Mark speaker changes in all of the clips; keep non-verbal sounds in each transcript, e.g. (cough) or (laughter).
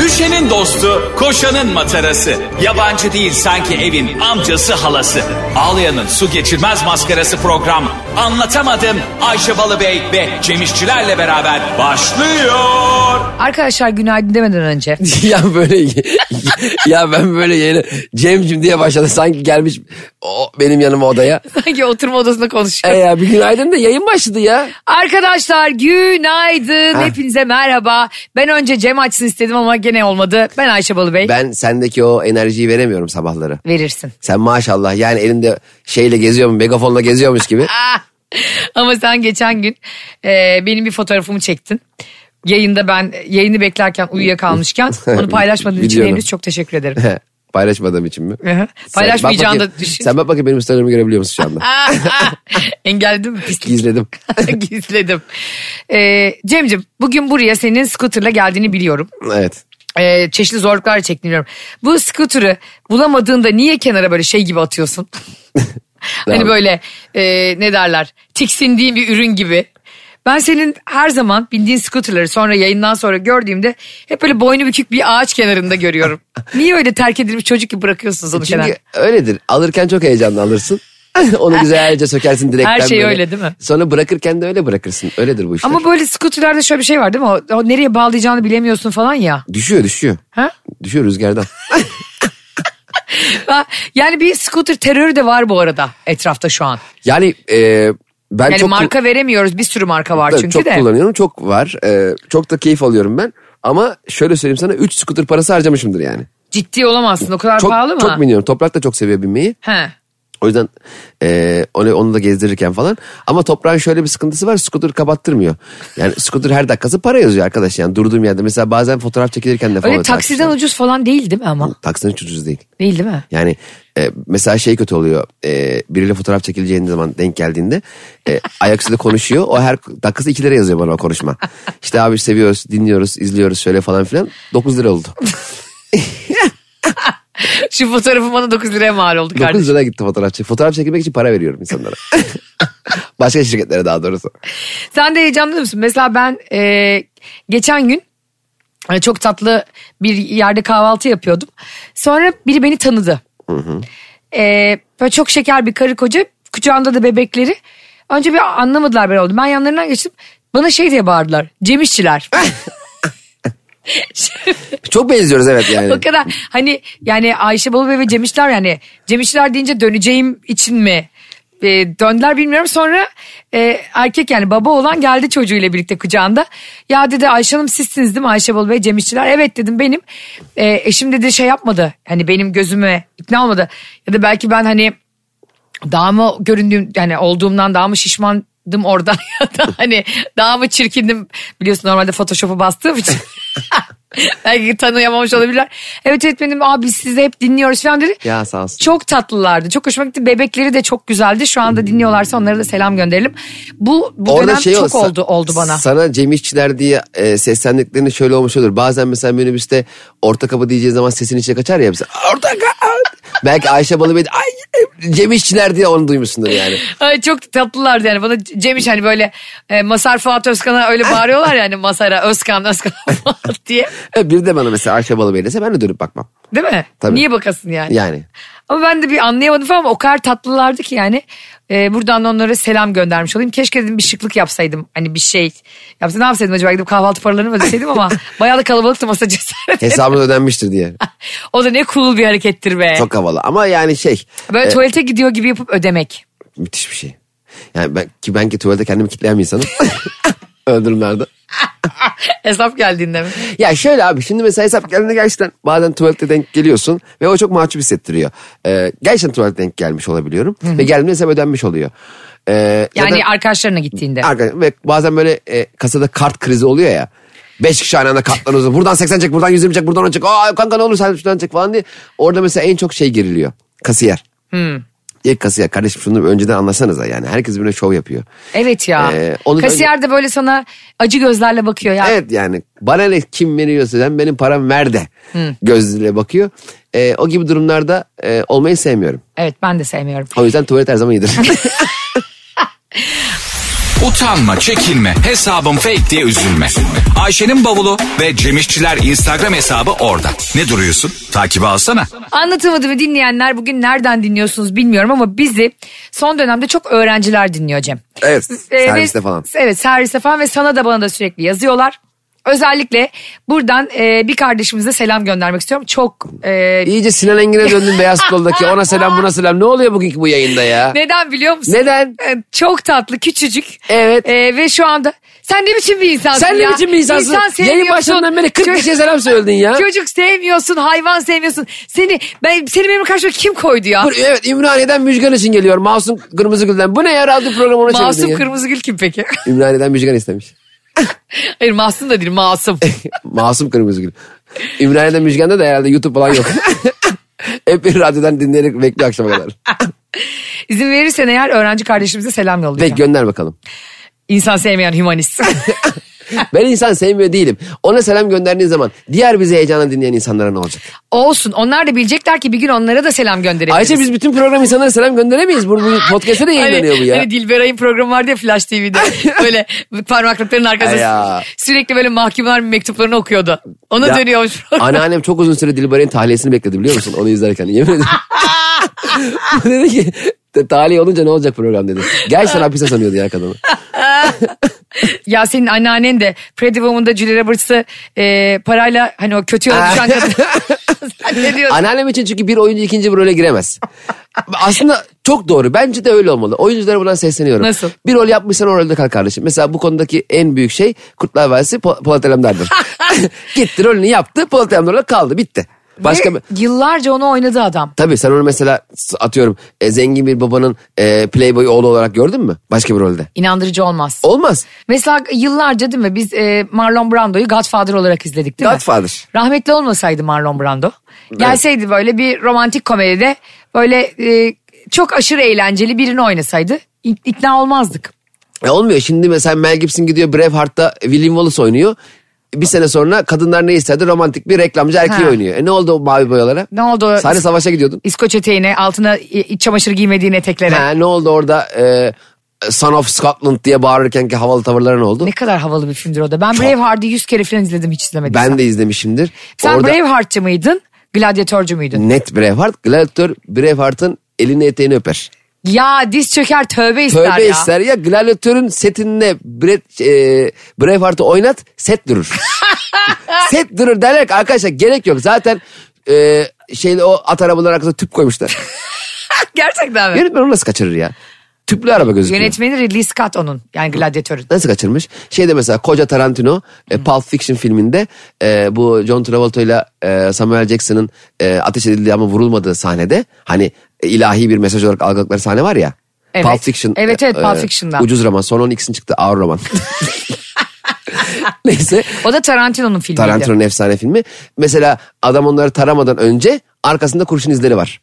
Speaker 1: Düşenin dostu, koşanın matarası. Yabancı değil sanki evin amcası halası. Ağlayanın su geçirmez maskarası program. Anlatamadım Ayşe Balıbey ve Cemişçilerle beraber başlıyor.
Speaker 2: Arkadaşlar günaydın demeden
Speaker 3: (laughs)
Speaker 2: önce.
Speaker 3: ya böyle (laughs) ya ben böyle yeni Cem'cim diye başladı sanki gelmiş o, benim yanıma odaya.
Speaker 2: Sanki oturma odasında konuşuyor.
Speaker 3: E ya bir günaydın da yayın başladı ya.
Speaker 2: Arkadaşlar günaydın.
Speaker 3: Ha.
Speaker 2: Hepinize merhaba. Ben önce Cem açsın istedim ama gene olmadı. Ben Ayşe Balıbey.
Speaker 3: Ben sendeki o enerjiyi veremiyorum sabahları.
Speaker 2: Verirsin.
Speaker 3: Sen maşallah yani elinde şeyle geziyorum megafonla geziyormuş gibi. (laughs)
Speaker 2: Ah! (laughs) Ama sen geçen gün e, benim bir fotoğrafımı çektin. Yayında ben yayını beklerken
Speaker 3: (laughs)
Speaker 2: uyuyakalmışken onu paylaşmadığın için
Speaker 3: Biliyorum.
Speaker 2: henüz çok teşekkür
Speaker 3: (laughs)
Speaker 2: ederim.
Speaker 3: Paylaşmadığım için mi?
Speaker 2: Hı hı.
Speaker 3: Sen-
Speaker 2: Paylaşmayacağını
Speaker 3: bak bakayım-
Speaker 2: da düşün.
Speaker 3: Sen bak bakayım benim Instagram'ı görebiliyor musun şu anda?
Speaker 2: (laughs) Ah, ah. Engelledin mi? Pislik.
Speaker 3: Gizledim.
Speaker 2: (laughs) Gizledim. Ee, Cem'cim bugün buraya senin scooterla geldiğini biliyorum.
Speaker 3: Evet.
Speaker 2: Ee, çeşitli zorluklar çektiğini biliyorum. Bu scooter'ı bulamadığında niye kenara böyle şey gibi
Speaker 3: (laughs)
Speaker 2: atıyorsun? hani
Speaker 3: Tamam.
Speaker 2: böyle e, ne derler tiksindiğin bir ürün gibi. Ben senin her zaman bildiğin scooter'ları sonra yayından sonra gördüğümde hep böyle boynu bükük bir ağaç kenarında
Speaker 3: (laughs)
Speaker 2: görüyorum. Niye öyle terk edilmiş çocuk gibi bırakıyorsunuz onu kenara?
Speaker 3: E, Çünkü öyledir. Alırken çok heyecanlı alırsın. (laughs) Onu güzelce sökersin direkten
Speaker 2: Her şey
Speaker 3: böyle.
Speaker 2: öyle değil mi?
Speaker 3: Sonra bırakırken de öyle bırakırsın. Öyledir bu işler.
Speaker 2: Ama böyle scooter'larda şöyle bir şey var değil mi? O, o nereye bağlayacağını bilemiyorsun falan ya.
Speaker 3: Düşüyor düşüyor. (laughs)
Speaker 2: Ha? (laughs)
Speaker 3: Düşüyor rüzgardan.
Speaker 2: Ha, Yani bir scooter terörü de var bu arada etrafta şu an.
Speaker 3: Yani e, ben
Speaker 2: Yani
Speaker 3: çok
Speaker 2: marka veremiyoruz bir sürü marka var
Speaker 3: tabii
Speaker 2: çünkü
Speaker 3: çok
Speaker 2: de.
Speaker 3: kullanıyorum. Çok var. E, çok da keyif alıyorum ben. Ama şöyle söyleyeyim sana 3 scooter parası harcamışımdır yani.
Speaker 2: Ciddi olamazsın o kadar
Speaker 3: Çok,
Speaker 2: pahalı mı?
Speaker 3: çok biniyorum. Toprak da çok seviyor binmeyi.
Speaker 2: He.
Speaker 3: O yüzden e, onu, onu da gezdirirken falan. Ama toprağın şöyle bir sıkıntısı var. Scooter kapattırmıyor. Yani scooter her dakikası para yazıyor arkadaş. Yani durduğum yerde. Mesela bazen fotoğraf çekilirken de falan.
Speaker 2: Öyle taksiden ucuz falan değil değil mi ama?
Speaker 3: Taksiden hiç ucuz değil.
Speaker 2: Değil değil mi?
Speaker 3: (laughs) Yani e, mesela şey kötü oluyor. E, biriyle fotoğraf çekileceğin zaman denk geldiğinde
Speaker 2: (laughs)
Speaker 3: e, ayaküstü konuşuyor. O her dakikası 2 lira yazıyor bana o konuşma. İşte abi seviyoruz, dinliyoruz, izliyoruz şöyle falan filan. 9 lira
Speaker 2: (laughs)
Speaker 3: oldu.
Speaker 2: Şu fotoğrafım bana 9 liraya mal oldu kardeşim.
Speaker 3: 9 lira gitti fotoğraf çek. Fotoğraf çekilmek için para
Speaker 2: (laughs)
Speaker 3: veriyorum insanlara. Başka şirketlere daha doğrusu.
Speaker 2: Sen de heyecanlı mısın? Mesela ben e, geçen gün e, çok tatlı bir yerde kahvaltı yapıyordum. Sonra biri beni tanıdı. E, böyle çok şeker bir karı koca kucağında da bebekleri. Önce bir anlamadılar ben oldum. Ben yanlarından geçtim. Bana şey diye bağırdılar.
Speaker 3: (laughs)
Speaker 2: Cemişçiler.
Speaker 3: Çok benziyoruz evet
Speaker 2: (laughs)
Speaker 3: yani.
Speaker 2: o kadar hani yani Ayşe Balıbey ve Cemişler yani Cemişler deyince döneceğim için mi? E, döndüler bilmiyorum sonra e, erkek yani baba olan geldi çocuğuyla birlikte kucağında. Ya dedi Ayşe Hanım sizsiniz değil mi Ayşe Balıbey Cemişçiler? Evet dedim benim. E, eşim dedi şey yapmadı hani benim gözüme ikna olmadı ya da belki ben hani daha mı göründüğüm yani olduğumdan daha mı şişmandım orada (laughs) ya da hani daha mı çirkindim biliyorsun normalde photoshop'a bastığım için (laughs) belki tanıyamamış olabilirler. Evet öğretmenim abi biz sizi hep dinliyoruz falan dedi.
Speaker 3: Ya sağ olsun.
Speaker 2: Çok tatlılardı çok hoşuma gitti bebekleri de çok güzeldi şu anda dinliyorlarsa onlara da selam gönderelim. Bu, bu dönem çok
Speaker 3: şey olsa-
Speaker 2: oldu oldu bana.
Speaker 3: Sana Cem İşçiler diye e, seslendiklerinde şöyle olmuş olur. Bazen mesela minibüste orta kapı diyeceği zaman sesin içine kaçar ya bize. Orta kapı. Belki Ayşe Balıbey ay Cem İşçiler diye onu duymuşsundur yani.
Speaker 2: Ay çok tatlılardı yani bana Cemiş hani böyle e, Masar Fuat Özkan'a öyle bağırıyorlar yani Masar'a Özkan Özkan (laughs) Fuat diye
Speaker 3: E, Bir de bana mesela Ayşe Balıbey dese ben de dönüp bakmam.
Speaker 2: değil mi?
Speaker 3: Tabii.
Speaker 2: Niye bakasın yani?
Speaker 3: Yani.
Speaker 2: Ama ben de bir anlayamadım falan ama o kadar tatlılardı ki yani. Ee, buradan da onlara selam göndermiş olayım. Keşke dedim bir şıklık yapsaydım. Hani bir şey yapsaydım. Ne yapsaydım acaba gidip kahvaltı paralarını mı ödeseydim
Speaker 3: (laughs)
Speaker 2: ama bayağı da kalabalıktı masa cesaret.
Speaker 3: Hesabınız ödenmiştir diye.
Speaker 2: (laughs) O da ne cool bir harekettir be.
Speaker 3: Çok havalı ama yani şey
Speaker 2: Böyle tuvalete gidiyor gibi yapıp ödemek. (laughs)
Speaker 3: müthiş bir şey. Yani ben ki ben ki tuvalete kendimi kitleyen bir insanım. (laughs) Öldürümlerde.
Speaker 2: Hesap geldiğinde mi?
Speaker 3: Ya şöyle abi şimdi mesela hesap geldiğinde gerçekten bazen tuvalete denk geliyorsun ve o çok mahcup hissettiriyor. Ee, gerçekten tuvalete denk gelmiş olabiliyorum ve geldiğimde hesap ödenmiş oluyor. Ee, ya
Speaker 2: Yani
Speaker 3: da-
Speaker 2: arkadaşlarına gittiğinde.
Speaker 3: Arka- ve bazen böyle e, kasada kart krizi oluyor ya. Beş kişi aynı anda kartlar uzun. Buradan 80 çek, buradan 120 çek, buradan 10 çek. Aa kanka ne olur sen şuradan çek falan diye. Orada mesela en çok şey geriliyor. Kasiyer. İlk kasiyer. Kardeşim şunu önceden anlasanıza yani. Herkes birbirine şov yapıyor.
Speaker 2: Evet ya.
Speaker 3: Ee, onu-
Speaker 2: Kasiyer de böyle sana acı gözlerle bakıyor ya.
Speaker 3: Evet yani bana ne kim veriyorsa sen benim param ver de gözüyle bakıyor. Ee, o gibi durumlarda e, olmayı sevmiyorum.
Speaker 2: (laughs) evet ben de sevmiyorum.
Speaker 3: O yüzden tuvalet her zaman iyidir.
Speaker 1: Utanma, çekinme, hesabım fake diye üzülme. Ayşe'nin bavulu ve Cemişçiler Instagram hesabı orada. Ne duruyorsun? Takibi alsana.
Speaker 2: Anlatamadığımı dinleyenler bugün nereden dinliyorsunuz bilmiyorum ama bizi son dönemde çok öğrenciler dinliyor Cem.
Speaker 3: Evet,
Speaker 2: Ee, ve-
Speaker 3: serviste falan.
Speaker 2: Evet serviste falan ve sana da bana da sürekli yazıyorlar. Özellikle buradan e, bir kardeşimize selam göndermek istiyorum. Çok e,
Speaker 3: İyice Sinan Engin'e döndüm Beyaz Kol'daki. Ona selam buna selam. Ne oluyor bugünkü bu yayında ya?
Speaker 2: neden biliyor musun?
Speaker 3: Neden?
Speaker 2: E, Çok tatlı, küçücük.
Speaker 3: Evet.
Speaker 2: E, ve şu anda sen ne biçim bir insansın
Speaker 3: Sen
Speaker 2: ya?
Speaker 3: ne biçim bir insansın?
Speaker 2: İnsan
Speaker 3: Yayın
Speaker 2: sevmiyorsun.
Speaker 3: başından beri 40
Speaker 2: Çocuk-
Speaker 3: kişiye selam söyledin ya.
Speaker 2: Çocuk sevmiyorsun, hayvan sevmiyorsun. Seni ben seni benim karşıma kim koydu ya?
Speaker 3: Dur, Evet Ümraniye'den Müjgan için geliyor. Masum Kırmızıgül'den. Bu ne ya? Radyo programı ona çevirdin
Speaker 2: Masum
Speaker 3: ya.
Speaker 2: Kırmızıgül kim peki? (laughs)
Speaker 3: Ümraniye'den Müjgan istemiş.
Speaker 2: Hayır Masum da değil,
Speaker 3: (laughs)
Speaker 2: Masum.
Speaker 3: Masum Kırmızıgül. Ümraniye'den Müjgan'da da herhalde YouTube falan yok. Hep bir radyodan dinleyerek bekliyor akşama kadar.
Speaker 2: İzin verirsen eğer öğrenci kardeşimize selam
Speaker 3: Peki
Speaker 2: yollayacağım.
Speaker 3: gönder bakalım.
Speaker 2: İnsan sevmeyen hümanist. (laughs)
Speaker 3: Ben insan sevmiyor değilim. Ona selam gönderdiğin zaman diğer bizi heyecanla dinleyen insanlara ne olacak?
Speaker 2: Olsun. Onlar da bilecekler ki bir gün onlara da selam gönderebiliriz.
Speaker 3: Ayrıca biz bütün program insanlara selam gönderemeyiz. Bu, bu podcast'e de yayınlanıyor
Speaker 2: hani,
Speaker 3: bu ya.
Speaker 2: Hani Dilberay'ın programı vardı ya Flash
Speaker 3: (laughs)
Speaker 2: TV'de. böyle parmaklıkların arkasında
Speaker 3: Ya.
Speaker 2: sürekli böyle mahkumlar mektuplarını okuyordu. Ona
Speaker 3: Ya,
Speaker 2: dönüyormuş. (laughs)
Speaker 3: Anneannem çok uzun süre Dilberay'ın tahliyesini bekledi biliyor musun? Onu izlerken yemin ederim. (laughs) dedi ki "Ta- tahliye olunca ne olacak program dedi. Gerçekten hapise sanıyordu ya kadını.
Speaker 2: ya senin anneannen de Pretty Woman'da Julia Roberts'ı e, parayla hani o kötü yola
Speaker 3: (laughs)
Speaker 2: düşen kadın. (laughs) Sen ne diyorsun?
Speaker 3: Anneannem için çünkü bir oyuncu ikinci bir
Speaker 2: (laughs)
Speaker 3: role giremez. Aslında çok doğru. Bence de öyle olmalı. Oyunculara buradan sesleniyorum.
Speaker 2: Nasıl?
Speaker 3: Bir rol yapmışsan o rolde kal kardeşim. Mesela bu konudaki en büyük şey Kurtlar Vadisi Po- Polat
Speaker 2: (laughs)
Speaker 3: Alemdar'dır. (laughs) Gitti rolünü yaptı Polat Alemdar'la kaldı bitti.
Speaker 2: Ve
Speaker 3: Başka bir...
Speaker 2: Yıllarca onu oynadı adam.
Speaker 3: Tabii sen onu mesela s- atıyorum e, zengin bir babanın e, playboy oğlu olarak gördün mü? Başka bir rolde.
Speaker 2: İnandırıcı olmaz.
Speaker 3: Olmaz.
Speaker 2: Mesela yıllarca değil mi biz e, Marlon Brando'yu Godfather olarak izledik değil mi?
Speaker 3: Godfather.
Speaker 2: Rahmetli olmasaydı Marlon Brando. Gelseydi böyle bir romantik komedide böyle e, çok aşırı eğlenceli birini oynasaydı ik- ikna olmazdık.
Speaker 3: E, olmuyor. Şimdi mesela Mel Gibson gidiyor Braveheart'ta William Wallace oynuyor. Bir sene sonra kadınlar ne isterdi romantik bir reklamcı erkeği
Speaker 2: Ha.
Speaker 3: oynuyor. E ne oldu o mavi boyalara?
Speaker 2: Ne oldu o-
Speaker 3: Sen de savaşa gidiyordun.
Speaker 2: İskoç eteğine altına i- iç çamaşır giymediğin eteklere.
Speaker 3: Ha, ne oldu orada e, Son of Scotland diye bağırırken ki havalı tavırlara ne oldu?
Speaker 2: Ne kadar havalı bir filmdir o da. Ben Braveheart'ı 100 kere falan izledim hiç izlemedim.
Speaker 3: ben de izlemişimdir.
Speaker 2: Sen
Speaker 3: orada
Speaker 2: Braveheart'çı mıydın? Gladyatörcü müydün?
Speaker 3: net Braveheart, Gladiator Braveheart'ın elini eteğini öper.
Speaker 2: Ya diz çöker tövbe ister
Speaker 3: Tövbe
Speaker 2: ya.
Speaker 3: ister ya gladyatörün setinde Brad, e, Braveheart'ı oynat
Speaker 2: (laughs)
Speaker 3: set durur. set durur derler ki arkadaşlar gerek yok zaten e, şeyle o at arabaların arkasına tüp
Speaker 2: (laughs)
Speaker 3: koymuşlar.
Speaker 2: (laughs) Gerçekten mi?
Speaker 3: Yönetmen onu nasıl kaçırır ya? Tüplü araba gözüküyor.
Speaker 2: Yönetmeni Ridley Scott onun yani gladyatörün.
Speaker 3: Nasıl kaçırmış? Şeyde mesela koca Tarantino e, Pulp Fiction filminde e, bu John Travolta ile e, Samuel Jackson'ın e, ateş edildiği ama vurulmadığı sahnede hani e, ilahi bir mesaj olarak algıladıkları sahne var ya.
Speaker 2: Evet.
Speaker 3: Pulp Fiction. e,
Speaker 2: Evet, evet, Pulp Fiction'dan.
Speaker 3: Ucuz roman. Sonra onun ikisini çıktı
Speaker 2: (laughs)
Speaker 3: ağır roman. Neyse.
Speaker 2: O da Tarantino'nun filmiydi.
Speaker 3: Tarantino'nun efsane filmi. Mesela adam onları taramadan önce arkasında kurşun izleri var.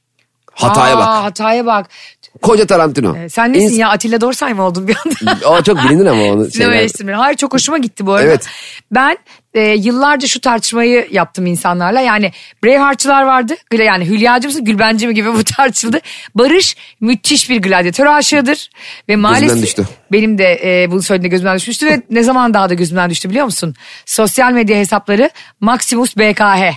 Speaker 3: Hataya
Speaker 2: Aa,
Speaker 3: bak.
Speaker 2: Hataya bak.
Speaker 3: Koca Tarantino.
Speaker 2: Ee, Sen nesin
Speaker 3: İns-
Speaker 2: ya Atilla Dorsay mı oldun bir (laughs) anda?
Speaker 3: O çok bilinir ama onu.
Speaker 2: Sinema
Speaker 3: şeyler-
Speaker 2: eleştirmeni. Hayır çok hoşuma gitti bu arada.
Speaker 3: Evet.
Speaker 2: Ben e, yıllarca şu tartışmayı yaptım insanlarla. Yani Braveheart'çılar vardı. Gla- Yani Hülya'cı mısın Gülbenci mi gibi bu tartışıldı. Barış müthiş bir gladyatör aşığıdır. Ve maalesef
Speaker 3: düştü.
Speaker 2: benim de e, bunu söylediğinde gözümden düşmüştü. Ve ne zaman daha da gözümden düştü biliyor musun? Sosyal medya hesapları Maximus BKH.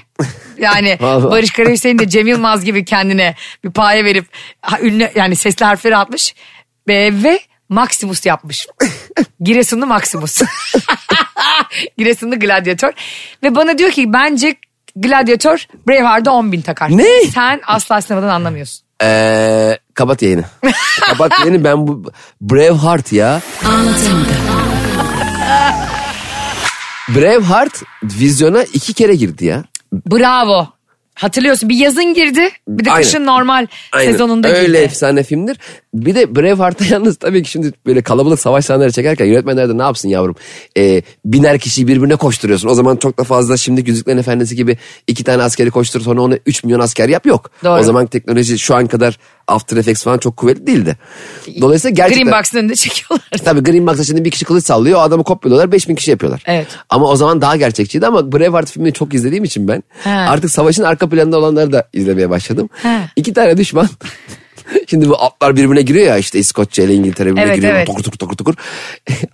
Speaker 2: Yani
Speaker 3: (laughs) Vallahi.
Speaker 2: Barış Karayüzey'in de Cem Yılmaz gibi kendine bir paye verip ha, ünlü yani sesli harfleri atmış ve, ve Maximus
Speaker 3: (laughs)
Speaker 2: yapmış. Giresunlu Maximus. (laughs) Giresunlu gladyatör. Ve bana diyor ki bence gladyatör Braveheart'da 10 bin takar.
Speaker 3: Ne?
Speaker 2: Sen asla sinemadan anlamıyorsun.
Speaker 3: Ee, kapat yayını. kapat yayını ben bu Braveheart ya. Braveheart vizyona iki kere girdi ya.
Speaker 2: Bravo. Hatırlıyorsun bir yazın girdi bir de
Speaker 3: Aynen.
Speaker 2: kışın normal sezonunda
Speaker 3: Öyle
Speaker 2: girdi.
Speaker 3: efsane filmdir. Bir de Braveheart'ta (laughs) yalnız tabii ki şimdi böyle kalabalık savaş sahneleri çekerken yönetmenler de ne yapsın yavrum? Ee, biner kişiyi birbirine koşturuyorsun. O zaman çok da fazla şimdi Yüzüklerin Efendisi gibi iki tane askeri koştur sonra onu 3 milyon asker yap yok.
Speaker 2: Doğru.
Speaker 3: O zaman teknoloji şu an kadar After Effects falan çok kuvvetli değildi. Dolayısıyla gerçekten...
Speaker 2: Green Box'ın önünde (laughs) çekiyorlar.
Speaker 3: (laughs) Tabii Green Box'a şimdi bir kişi kılıç sallıyor. O adamı kopyalıyorlar. 5000 kişi yapıyorlar.
Speaker 2: Evet.
Speaker 3: Ama o zaman daha gerçekçiydi ama Braveheart filmini çok izlediğim için ben
Speaker 2: He.
Speaker 3: artık savaşın arka planında olanları da izlemeye başladım.
Speaker 2: He.
Speaker 3: İki tane düşman (laughs) Şimdi bu atlar birbirine giriyor ya işte İskoçya ile İngiltere birbirine
Speaker 2: Evet,
Speaker 3: giriyor.
Speaker 2: evet.
Speaker 3: Tokur tokur tokur (laughs) tokur.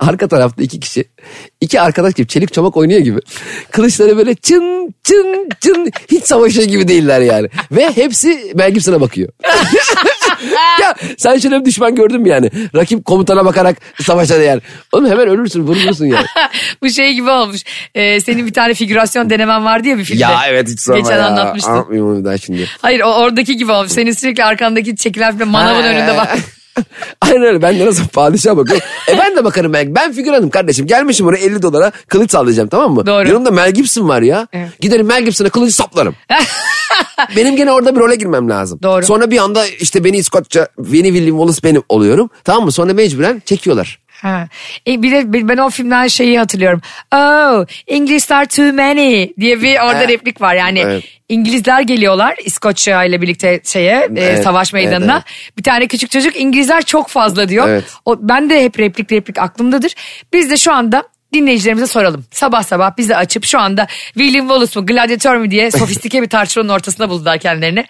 Speaker 3: Arka tarafta iki kişi. iki arkadaş gibi çelik çomak oynuyor gibi. Kılıçları böyle çın çın çın. Hiç savaşıyor gibi değiller yani. Ve hepsi Mel Gibson'a bakıyor. (laughs) ya sen şöyle bir düşman gördün mü yani? Rakip komutana bakarak savaşa değer. Oğlum hemen ölürsün vurulursun yani.
Speaker 2: Bu şey gibi olmuş. Ee, senin bir tane figürasyon denemen vardı ya bir filmde.
Speaker 3: (laughs) ya evet hiç sorma
Speaker 2: Geçen
Speaker 3: ya.
Speaker 2: anlatmıştın.
Speaker 3: Anlatmayayım onu bir daha şimdi.
Speaker 2: Hayır o oradaki gibi olmuş. Senin sürekli arkandaki çekilen film manavın
Speaker 3: Ha,
Speaker 2: önünde
Speaker 3: ha,
Speaker 2: bak.
Speaker 3: ha. (laughs) Aynen öyle ben de nasıl padişah bakıyorum. e ben de bakarım belki. Ben figüranım kardeşim. Gelmişim oraya 50 dolara kılıç sallayacağım tamam mı?
Speaker 2: Doğru.
Speaker 3: Yanımda Mel Gibson var ya.
Speaker 2: Evet.
Speaker 3: Giderim Mel Gibson'a kılıcı
Speaker 2: (laughs)
Speaker 3: saplarım. benim gene orada bir role girmem lazım.
Speaker 2: Doğru.
Speaker 3: Sonra bir anda işte beni İskoçça, beni William Wallace benim oluyorum. Tamam mı? Sonra mecburen çekiyorlar.
Speaker 2: Ha. E, bir de ben o filmden şeyi hatırlıyorum. Oh, English are too many diye bir orada
Speaker 3: Evet.
Speaker 2: replik var. Yani
Speaker 3: Evet.
Speaker 2: İngilizler geliyorlar İskoçya ile birlikte şeye e,
Speaker 3: Evet,
Speaker 2: savaş
Speaker 3: evet,
Speaker 2: meydanına. Bir tane küçük çocuk İngilizler çok fazla diyor.
Speaker 3: Evet.
Speaker 2: O, ben de hep replik replik aklımdadır. Biz de şu anda dinleyicilerimize soralım. Sabah sabah bizi açıp şu anda William Wallace mı gladyatör mü
Speaker 3: (laughs)
Speaker 2: diye sofistike bir tartışmanın ortasında buldular kendilerini.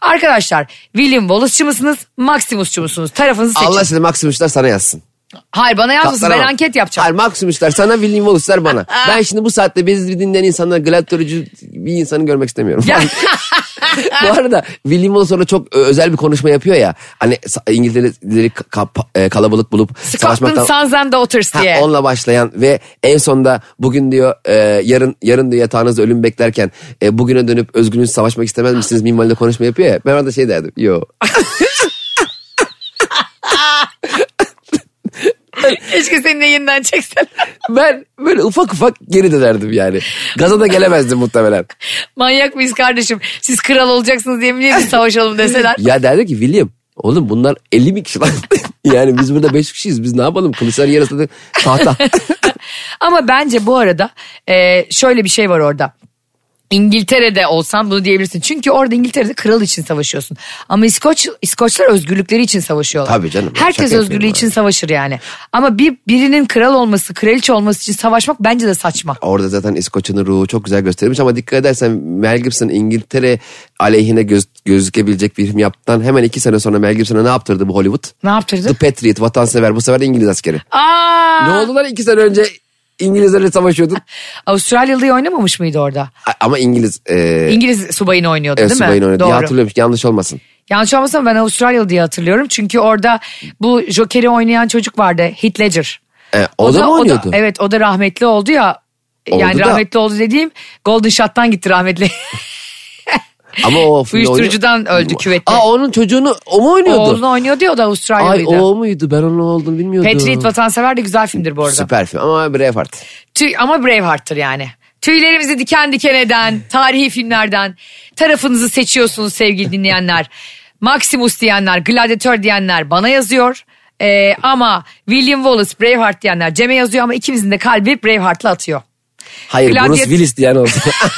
Speaker 2: Arkadaşlar William Wallace'çı mısınız Maximus'çu musunuz? Tarafınızı seçin.
Speaker 3: Allah size Maximus'lar sana yazsın.
Speaker 2: Hayır bana yazmasın ben
Speaker 3: Katlanamam.
Speaker 2: anket yapacağım.
Speaker 3: Hayır Maximus'lar sana William
Speaker 2: (laughs)
Speaker 3: Wallace'lar bana. ben şimdi bu saatte bizi dinleyen insanlar gladyatörcü bir insanı görmek istemiyorum.
Speaker 2: Ya. (laughs)
Speaker 3: (laughs) Bu arada William Wallace sonra çok ö- özel bir konuşma yapıyor ya. Hani sa- İngiltere'leri ka- ka- e, kalabalık bulup
Speaker 2: Scotland
Speaker 3: savaşmaktan...
Speaker 2: Sons and Daughters
Speaker 3: Ha,
Speaker 2: diye.
Speaker 3: onunla başlayan ve en sonunda bugün diyor e, yarın yarın diyor yatağınızda ölüm beklerken e, bugüne dönüp özgürlüğünüzü savaşmak istemez misiniz minvalinde konuşma yapıyor ya. Ben orada şey derdim. Yo. (laughs)
Speaker 2: Keşke seninle yeniden çeksen.
Speaker 3: Ben böyle ufak ufak geri dönerdim yani. Gaza da gelemezdim muhtemelen.
Speaker 2: (laughs) Manyak mıyız kardeşim? Siz kral olacaksınız diye mi niye biz savaşalım
Speaker 3: (laughs)
Speaker 2: deseler?
Speaker 3: Ya derdi ki William oğlum bunlar 50 bin kişi lan. (laughs) yani biz burada 5 kişiyiz biz ne yapalım kılıçların yarısı da tahta.
Speaker 2: Ama bence bu arada e, şöyle bir şey var orada. İngiltere'de olsan bunu diyebilirsin. Çünkü orada İngiltere'de kral için savaşıyorsun. Ama İskoç İskoçlar özgürlükleri için savaşıyorlar.
Speaker 3: Tabii canım, şaka
Speaker 2: Herkes
Speaker 3: yapıyorum
Speaker 2: özgürlüğü
Speaker 3: abi.
Speaker 2: için savaşır yani. Ama bir birinin kral olması, kraliçe olması için savaşmak bence de saçma.
Speaker 3: Orada zaten İskoçya'nın ruhu çok güzel gösterilmiş ama dikkat edersen Mel Gibson İngiltere aleyhine göz, gözükebilecek bir film yaptıktan hemen iki sene sonra Mel Gibson'a ne yaptırdı bu Hollywood?
Speaker 2: Ne
Speaker 3: The
Speaker 2: yaptırdı?
Speaker 3: Patriot, Vatansever bu sefer de İngiliz askeri.
Speaker 2: Aa!
Speaker 3: Ne oldular iki sene önce İngilizlerle savaşıyordun
Speaker 2: Avustralyalı'yı oynamamış mıydı orada?
Speaker 3: A- ama İngiliz e,
Speaker 2: İngiliz subayını oynuyordu
Speaker 3: e,
Speaker 2: değil mi?
Speaker 3: subayın oynadı.
Speaker 2: Doğru.
Speaker 3: Ya hatırlıyorum yanlış olmasın.
Speaker 2: Yanlış olmasam ben Avustralyalı diye hatırlıyorum. Çünkü orada bu Joker'i oynayan çocuk vardı. Heath Ledger.
Speaker 3: E, o, da, mı oynuyordu?
Speaker 2: evet o da rahmetli oldu ya.
Speaker 3: Oldu
Speaker 2: yani
Speaker 3: da.
Speaker 2: rahmetli oldu dediğim Golden Shot'tan gitti rahmetli.
Speaker 3: Ama o
Speaker 2: (laughs)
Speaker 3: filmde
Speaker 2: Uyuşturucudan
Speaker 3: oynuyor-
Speaker 2: öldü küvette.
Speaker 3: Aa onun çocuğunu o mu
Speaker 2: (laughs)
Speaker 3: oynuyordu?
Speaker 2: Oğlunu oynuyordu ya o da
Speaker 3: Ay
Speaker 2: Avustralyalıydı.
Speaker 3: o muydu? Ben onun olduğunu bilmiyordum.
Speaker 2: Patriot Vatansever de güzel filmdir bu arada.
Speaker 3: Süper film ama Braveheart.
Speaker 2: Tüy, ama Braveheart'tır yani. Tüylerimizi diken diken eden, tarihi filmlerden tarafınızı seçiyorsunuz sevgili dinleyenler. Maximus diyenler, Gladiator diyenler bana yazıyor. Ee, ama William Wallace, Braveheart diyenler Cem'e yazıyor ama ikimizin de kalbi Braveheart'la atıyor.
Speaker 3: Hayır
Speaker 2: Gladiat-
Speaker 3: Bruce Willis diyen oldu. (laughs)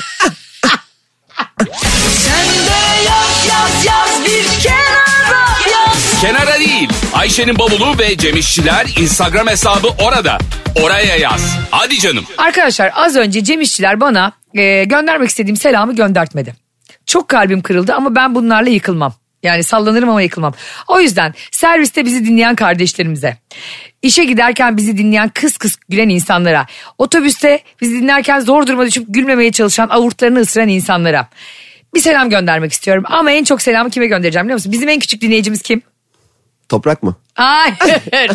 Speaker 1: Kenara değil. Ayşe'nin bavulu ve Cemişçiler Instagram hesabı orada. Oraya yaz. Hadi canım.
Speaker 2: Arkadaşlar az önce Cem İşçiler bana e, göndermek istediğim selamı göndertmedi. Çok kalbim kırıldı ama ben bunlarla yıkılmam. Yani sallanırım ama yıkılmam. O yüzden serviste bizi dinleyen kardeşlerimize, işe giderken bizi dinleyen kıs kıs gülen insanlara, otobüste bizi dinlerken zor duruma düşüp gülmemeye çalışan avurtlarını ısıran insanlara bir selam göndermek istiyorum. Ama en çok selamı kime göndereceğim biliyor musun? Bizim en küçük dinleyicimiz kim?
Speaker 3: Toprak mı?
Speaker 2: (laughs) Hayır.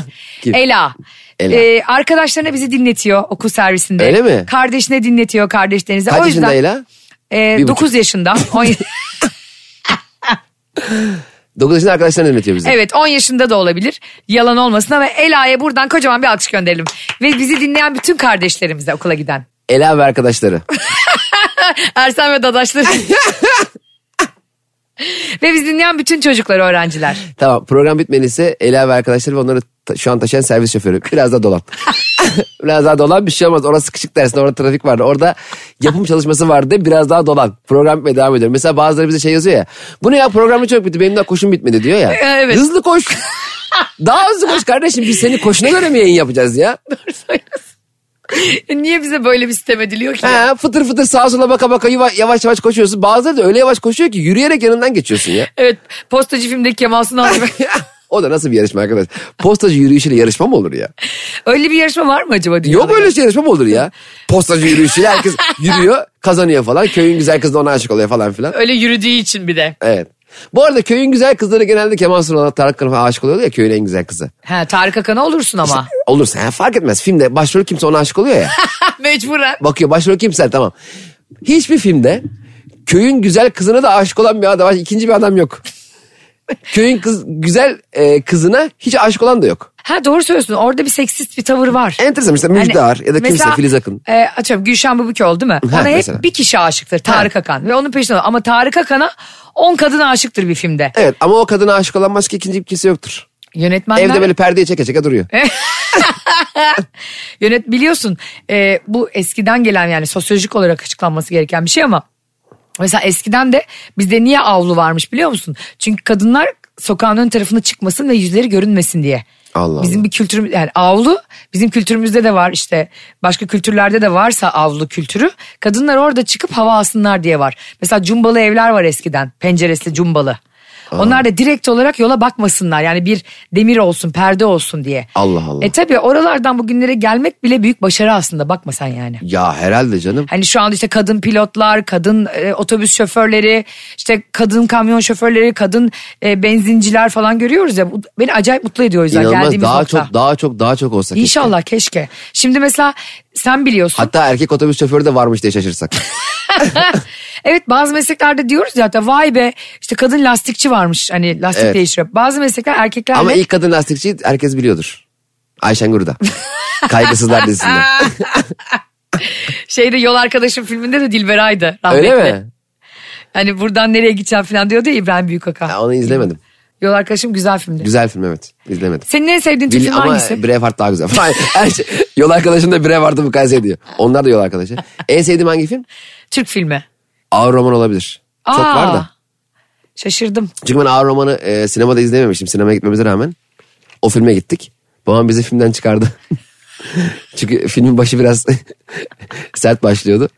Speaker 2: (laughs)
Speaker 3: Kim?
Speaker 2: Ela.
Speaker 3: Ela.
Speaker 2: Ee, arkadaşlarına bizi dinletiyor okul servisinde.
Speaker 3: Öyle mi?
Speaker 2: Kardeşine dinletiyor kardeşlerinize.
Speaker 3: Kaç
Speaker 2: o yüzden,
Speaker 3: yaşında Leyla? Bir
Speaker 2: 9 (laughs) yaşında. On-
Speaker 3: 9 yaşında arkadaşlarını yönetiyor bizi.
Speaker 2: evet 10 yaşında da olabilir. Yalan olmasın ama Ela'ya buradan kocaman bir alkış gönderelim. Ve bizi dinleyen bütün kardeşlerimize okula giden.
Speaker 3: Ela ve arkadaşları. (laughs)
Speaker 2: Ersen ve Dadaşları. (laughs) ve bizi dinleyen bütün çocuklar öğrenciler.
Speaker 3: tamam program bitmeliyse Ela ve arkadaşları ve onları ta- şu an taşıyan servis şoförü. Biraz
Speaker 2: (laughs)
Speaker 3: daha dolan. biraz daha dolan bir şey olmaz. Orası sıkışık dersin. Orada trafik vardı. Orada yapım çalışması vardı. Biraz daha dolan. Program bitmeye devam ediyor. Mesela bazıları bize şey yazıyor ya. Bu ne ya programı çok bitti. Benim daha koşum bitmedi diyor
Speaker 2: (laughs)
Speaker 3: ya.
Speaker 2: Evet.
Speaker 3: Hızlı koş.
Speaker 2: (laughs) (laughs)
Speaker 3: daha hızlı koş kardeşim. Biz seni koşuna göre mi yayın yapacağız ya?
Speaker 2: E, Niye bize böyle bir sistem ediliyor ki?
Speaker 3: He, fıtır fıtır sağa sola baka baka yuva- yavaş yavaş koşuyorsun. Bazıları da öyle yavaş koşuyor ki yürüyerek yanından geçiyorsun ya.
Speaker 2: Evet postacı filmdeki Kemal Sunal gibi.
Speaker 3: o da nasıl bir yarışma arkadaş? Postacı yürüyüşüyle yarışma mı olur ya?
Speaker 2: (laughs) Öyle bir yarışma var mı acaba? dünyada?
Speaker 3: Yok böyle şey yarışma mı olur ya? Postacı yürüyüşüyle herkes yürüyor kazanıyor falan. Köyün güzel kızı da ona aşık oluyor falan filan.
Speaker 2: Öyle yürüdüğü için bir de.
Speaker 3: Evet. Bu arada köyün güzel kızları genelde Kemal Sunal'a Tarık Kırım'a aşık oluyor ya köyün en güzel kızı.
Speaker 2: Ha, Tarık Akan'a olursun ama.
Speaker 3: Olursa ha, fark etmez. Filmde başrol kimse ona aşık oluyor ya.
Speaker 2: Mecburen.
Speaker 3: Bakıyor başrol kimse tamam. Hiçbir filmde köyün güzel kızına da aşık olan bir adam, ikinci bir adam yok. Köyün kız, güzel e, kızına hiç aşık olan da yok.
Speaker 2: Ha doğru söylüyorsun. Orada bir seksist bir tavır var.
Speaker 3: Enteresan işte
Speaker 2: Yani
Speaker 3: Müjdar ya da kimse
Speaker 2: mesela,
Speaker 3: Filiz Akın.
Speaker 2: E, atıyorum Gülşen Bubikoğlu değil mi? Ona hep
Speaker 3: mesela.
Speaker 2: bir kişi aşıktır Tarık Akan ve onun peşinde ama Tarık Akan'a 10 kadın aşıktır bir filmde.
Speaker 3: Evet ama o kadına aşık olan başka ikinci kimse yoktur.
Speaker 2: Yönetmenler
Speaker 3: Evde böyle perdeyi çeke çeke duruyor.
Speaker 2: yönet biliyorsun e, bu eskiden gelen yani sosyolojik olarak açıklanması gereken bir şey ama mesela eskiden de bizde niye avlu varmış biliyor musun? Çünkü kadınlar sokağın ön tarafına çıkmasın ve yüzleri görünmesin diye.
Speaker 3: Allah
Speaker 2: bizim
Speaker 3: Allah.
Speaker 2: bir kültürümüz yani avlu bizim kültürümüzde de var işte başka kültürlerde de varsa avlu kültürü kadınlar orada çıkıp hava alsınlar diye var. Mesela cumbalı evler var eskiden penceresi cumbalı. Onlar da direkt olarak yola bakmasınlar yani bir demir olsun perde olsun diye.
Speaker 3: Allah Allah.
Speaker 2: E tabii oralardan bugünlere gelmek bile büyük başarı aslında bakma sen yani.
Speaker 3: Ya herhalde canım.
Speaker 2: Hani şu anda işte kadın pilotlar, kadın e, otobüs şoförleri, işte kadın kamyon şoförleri, kadın e, benzinciler falan görüyoruz ya. Bu Beni acayip mutlu ediyor o yüzden
Speaker 3: İnanılmaz
Speaker 2: geldiğimiz
Speaker 3: daha
Speaker 2: nokta.
Speaker 3: çok daha çok daha çok olsa keşke.
Speaker 2: İnşallah keşke. Şimdi mesela sen biliyorsun.
Speaker 3: Hatta erkek otobüs şoförü de varmış
Speaker 2: (laughs)
Speaker 3: diye şaşırsak.
Speaker 2: Evet bazı mesleklerde diyoruz ya hatta vay be işte kadın lastikçi varmış hani lastik
Speaker 3: Evet.
Speaker 2: değiştiriyor. Bazı meslekler erkeklerle
Speaker 3: Ama ilk kadın lastikçi herkes biliyordur.
Speaker 2: (laughs)
Speaker 3: Ayşen Guru'da. Kaygısızlar dizisinde.
Speaker 2: şeyde yol arkadaşım filminde de Dilberay'dı. Rahmetli.
Speaker 3: Öyle mi?
Speaker 2: Hani buradan nereye gideceğim falan diyordu ya İbrahim Büyükaka.
Speaker 3: Ha, onu izlemedim.
Speaker 2: Yol arkadaşım güzel filmdi.
Speaker 3: Güzel film evet. İzlemedim.
Speaker 2: Senin en sevdiğin
Speaker 3: Bil-
Speaker 2: Türk filmi
Speaker 3: ama e,
Speaker 2: hangisi?
Speaker 3: Braveheart daha güzel. (laughs) Hayır, Her şey, yol arkadaşım da Braveheart'ı mukayese ediyor. Onlar da yol arkadaşı. En sevdiğim hangi film?
Speaker 2: Türk filmi.
Speaker 3: Ağır roman olabilir. Çok
Speaker 2: Aa,
Speaker 3: var da.
Speaker 2: Şaşırdım.
Speaker 3: Çünkü ben ağır romanı e, sinemada izlememiştim. Sinemaya gitmemize rağmen. O filme gittik. Babam bizi filmden çıkardı. (laughs) Çünkü filmin başı biraz (laughs) sert başlıyordu.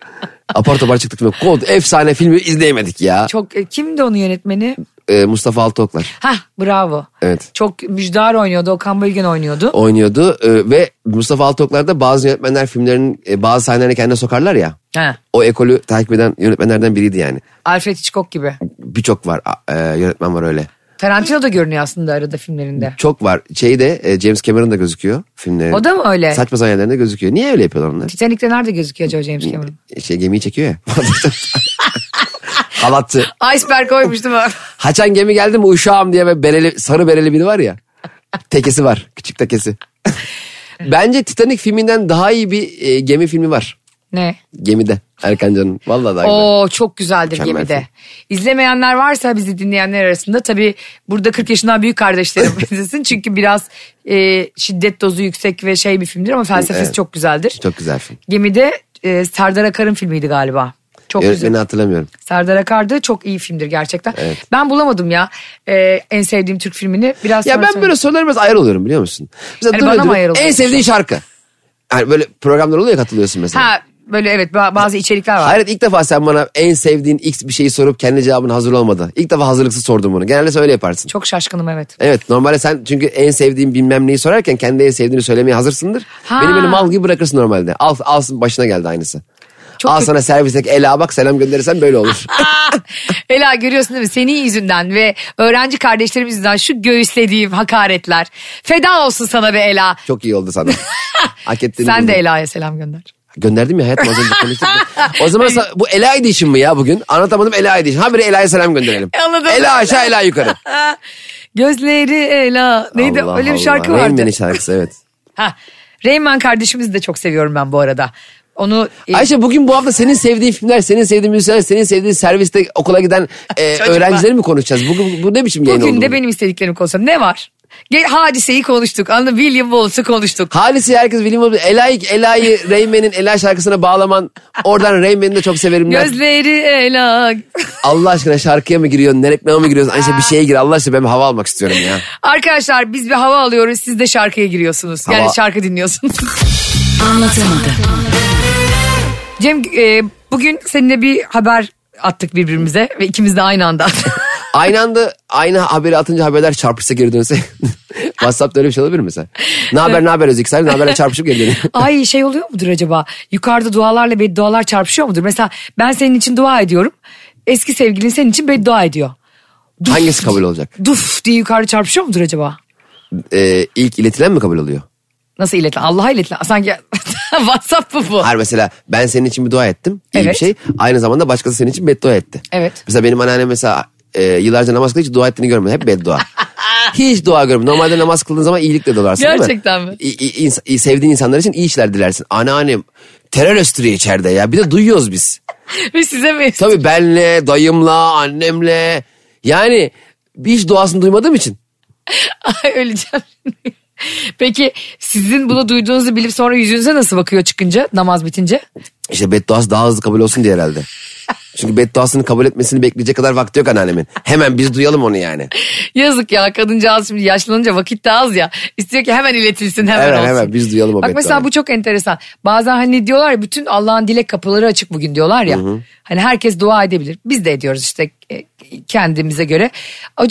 Speaker 3: Apar topar çıktık filme. Kod efsane filmi izleyemedik ya.
Speaker 2: Çok e, kimdi onun yönetmeni?
Speaker 3: E, Mustafa Altoklar
Speaker 2: Hah bravo.
Speaker 3: Evet.
Speaker 2: Çok Müjdar oynuyordu. Okan Bayülgen oynuyordu.
Speaker 3: oynuyordu. E, ve Mustafa Altoklar'da bazı yönetmenler filmlerin e, bazı sahnelerini kendine sokarlar ya.
Speaker 2: Ha,
Speaker 3: O ekolü takip eden yönetmenlerden biriydi yani.
Speaker 2: Alfred Hitchcock gibi.
Speaker 3: Birçok var a- e, yönetmen var öyle.
Speaker 2: Tarantino da görünüyor aslında arada filmlerinde.
Speaker 3: Çok var. Şeyde e, James Cameron da gözüküyor filmlerin.
Speaker 2: O da mı öyle?
Speaker 3: Saçma sahnelerinde gözüküyor. Niye öyle yapıyorlar onlar?
Speaker 2: Titanic'te nerede gözüküyor acaba James Cameron?
Speaker 3: şey gemiyi çekiyor ya. (laughs) Halatçı.
Speaker 2: Iceberg koymuş değil mi?
Speaker 3: Haçan gemi geldi mi uşağım diye böyle bereli, sarı bereli biri var ya. Tekesi var.
Speaker 2: (laughs)
Speaker 3: Küçük tekesi. Bence Titanic filminden daha iyi bir e, gemi filmi var.
Speaker 2: ne?
Speaker 3: Gemide. Erkan Can'ın. Vallahi daha güzel.
Speaker 2: Oo çok güzeldir
Speaker 3: Mükemmel
Speaker 2: gemide.
Speaker 3: film.
Speaker 2: İzlemeyenler varsa bizi dinleyenler arasında tabii burada 40 yaşından büyük
Speaker 3: (laughs)
Speaker 2: kardeşlerim izlesin. Çünkü biraz e, şiddet dozu yüksek ve şey bir filmdir ama felsefesi
Speaker 3: Evet.
Speaker 2: çok güzeldir.
Speaker 3: Çok güzel film.
Speaker 2: Gemide e, Serdar Akar'ın filmiydi galiba. Çok güzel.
Speaker 3: Yönetmeni hatırlamıyorum.
Speaker 2: Serdar Akar da çok iyi filmdir gerçekten. Ben bulamadım ya e, en sevdiğim Türk filmini. Biraz
Speaker 3: Ya
Speaker 2: sonra
Speaker 3: ben
Speaker 2: söyleyeyim.
Speaker 3: böyle sorulara biraz ayrı oluyorum biliyor musun? Mesela
Speaker 2: Yani
Speaker 3: duruyor,
Speaker 2: Hani bana mı
Speaker 3: duruyor,
Speaker 2: ayrı oluyorsun
Speaker 3: En sevdiğin şarkı. Yani böyle programlar oluyor ya katılıyorsun mesela.
Speaker 2: Ha böyle evet ba- bazı içerikler var.
Speaker 3: Hayret ilk defa sen bana en sevdiğin X bir şeyi sorup kendi cevabın hazır olmadı. İlk defa hazırlıksız sordum bunu. Genelde sen öyle yaparsın.
Speaker 2: Çok şaşkınım evet.
Speaker 3: Evet normalde sen çünkü en sevdiğin bilmem neyi sorarken kendi en sevdiğini söylemeye hazırsındır.
Speaker 2: Ha.
Speaker 3: Beni böyle mal gibi bırakırsın normalde. Al, alsın başına geldi aynısı.
Speaker 2: Çok
Speaker 3: Al
Speaker 2: kötü.
Speaker 3: sana servisteki ela bak selam gönderirsen böyle olur.
Speaker 2: (laughs) Ela görüyorsun değil mi? Senin yüzünden ve öğrenci kardeşlerim yüzünden şu göğüslediğim hakaretler. Feda olsun sana be Ela.
Speaker 3: Çok iyi oldu sana. Hak ettiğini
Speaker 2: Sen de
Speaker 3: buldun.
Speaker 2: Ela'ya selam gönder.
Speaker 3: Gönderdim ya hayatım az önce konuştuk. o zaman sa- bu Ela edişim mi ya bugün? Anlatamadım Ela edişim. Ha bir Ela'ya selam gönderelim.
Speaker 2: Anladım.
Speaker 3: Ela aşağı Ela yukarı.
Speaker 2: Gözleri Ela. Neydi
Speaker 3: Allah
Speaker 2: öyle bir
Speaker 3: Allah.
Speaker 2: şarkı
Speaker 3: Rain
Speaker 2: vardı.
Speaker 3: Man'in şarkısı evet.
Speaker 2: Ha, Rayman kardeşimizi de çok seviyorum ben bu arada. Onu e,
Speaker 3: Ayşe bugün bu hafta senin sevdiğin filmler, senin sevdiğin müzisyenler, senin sevdiğin serviste okula giden e,
Speaker 2: Çocuklar.
Speaker 3: öğrencileri mi konuşacağız? Bugün bu ne biçim yayın oldu?
Speaker 2: bugün de
Speaker 3: bugün?
Speaker 2: benim istediklerimi konuşalım. Ne var? Ge- Hadiseyi konuştuk. Anladın mı? William Wallace'ı konuştuk.
Speaker 3: Halisi herkes William Wallace, Ela'yı, Ela'yı Rayman'in Ela şarkısına bağlaman, oradan Rayman'i de çok severimler.
Speaker 2: Gözleri Ela.
Speaker 3: Allah aşkına şarkıya mı giriyorsun, ne reklama mı giriyorsun? Ayşe bir şeye gir Allah aşkına ben bir hava almak istiyorum ya.
Speaker 2: Arkadaşlar biz bir hava alıyoruz. Siz de şarkıya giriyorsunuz. Yani
Speaker 3: Hava-
Speaker 2: şarkı dinliyorsunuz. (laughs)
Speaker 4: Anlatamadım.
Speaker 2: Cem e, bugün seninle bir haber attık birbirimize ve ikimiz de aynı anda attık.
Speaker 3: Aynı anda aynı haberi atınca haberler çarpışsa geri dönse. (laughs) WhatsApp'ta öyle bir şey olabilir mi mesela? Ne haber ne haber Özgür Sayın ne haberle çarpışıp
Speaker 2: (laughs)
Speaker 3: geri dönüyor.
Speaker 2: Ay şey oluyor mudur acaba? Yukarıda dualarla beddualar çarpışıyor mudur? Mesela ben senin için dua ediyorum. Eski sevgilin senin için beddua ediyor. Duf,
Speaker 3: Hangisi kabul olacak?
Speaker 2: Duf diye yukarı çarpışıyor mudur acaba?
Speaker 3: Ee, ilk iletilen mi kabul oluyor?
Speaker 2: Nasıl iletle? Allah'a iletle. Sanki (laughs) WhatsApp mı bu?
Speaker 3: (laughs) Hayır mesela ben senin için bir dua ettim. İyi
Speaker 2: Evet.
Speaker 3: bir şey. Aynı zamanda başkası senin için beddua etti.
Speaker 2: Evet.
Speaker 3: Mesela benim anneannem mesela e, yıllarca namaz kıldı hiç dua ettiğini görmedim.
Speaker 2: (laughs)
Speaker 3: Hep beddua. hiç dua görmedim. Normalde namaz kıldığın zaman iyilikle dolarsın
Speaker 2: Gerçekten
Speaker 3: değil mi?
Speaker 2: mi?
Speaker 3: İ- i- ins- i- sevdiğin insanlar için iyi işler dilersin. Anneannem terör östürüyor içeride ya. Bir de duyuyoruz biz.
Speaker 2: Ve size mi?
Speaker 3: Tabii benle, dayımla, annemle. Yani bir hiç duasını duymadığım için.
Speaker 2: (laughs) Ay öleceğim. Peki sizin bunu duyduğunuzu bilip sonra yüzünüze nasıl bakıyor çıkınca namaz bitince?
Speaker 3: İşte bedduası daha hızlı kabul olsun diye herhalde. Çünkü bedduasını kabul etmesini bekleyecek kadar vakti yok anneannemin. Hemen biz duyalım onu yani.
Speaker 2: Yazık ya kadıncağız şimdi yaşlanınca vakit de az ya. İstiyor ki hemen iletilsin hemen,
Speaker 3: Hemen,
Speaker 2: olsun.
Speaker 3: hemen, biz duyalım o
Speaker 2: Bak mesela
Speaker 3: bedduayı.
Speaker 2: bu çok enteresan. Bazen hani diyorlar ya bütün Allah'ın dilek kapıları açık bugün diyorlar ya. Hani herkes dua edebilir. Biz de ediyoruz işte e, kendimize göre.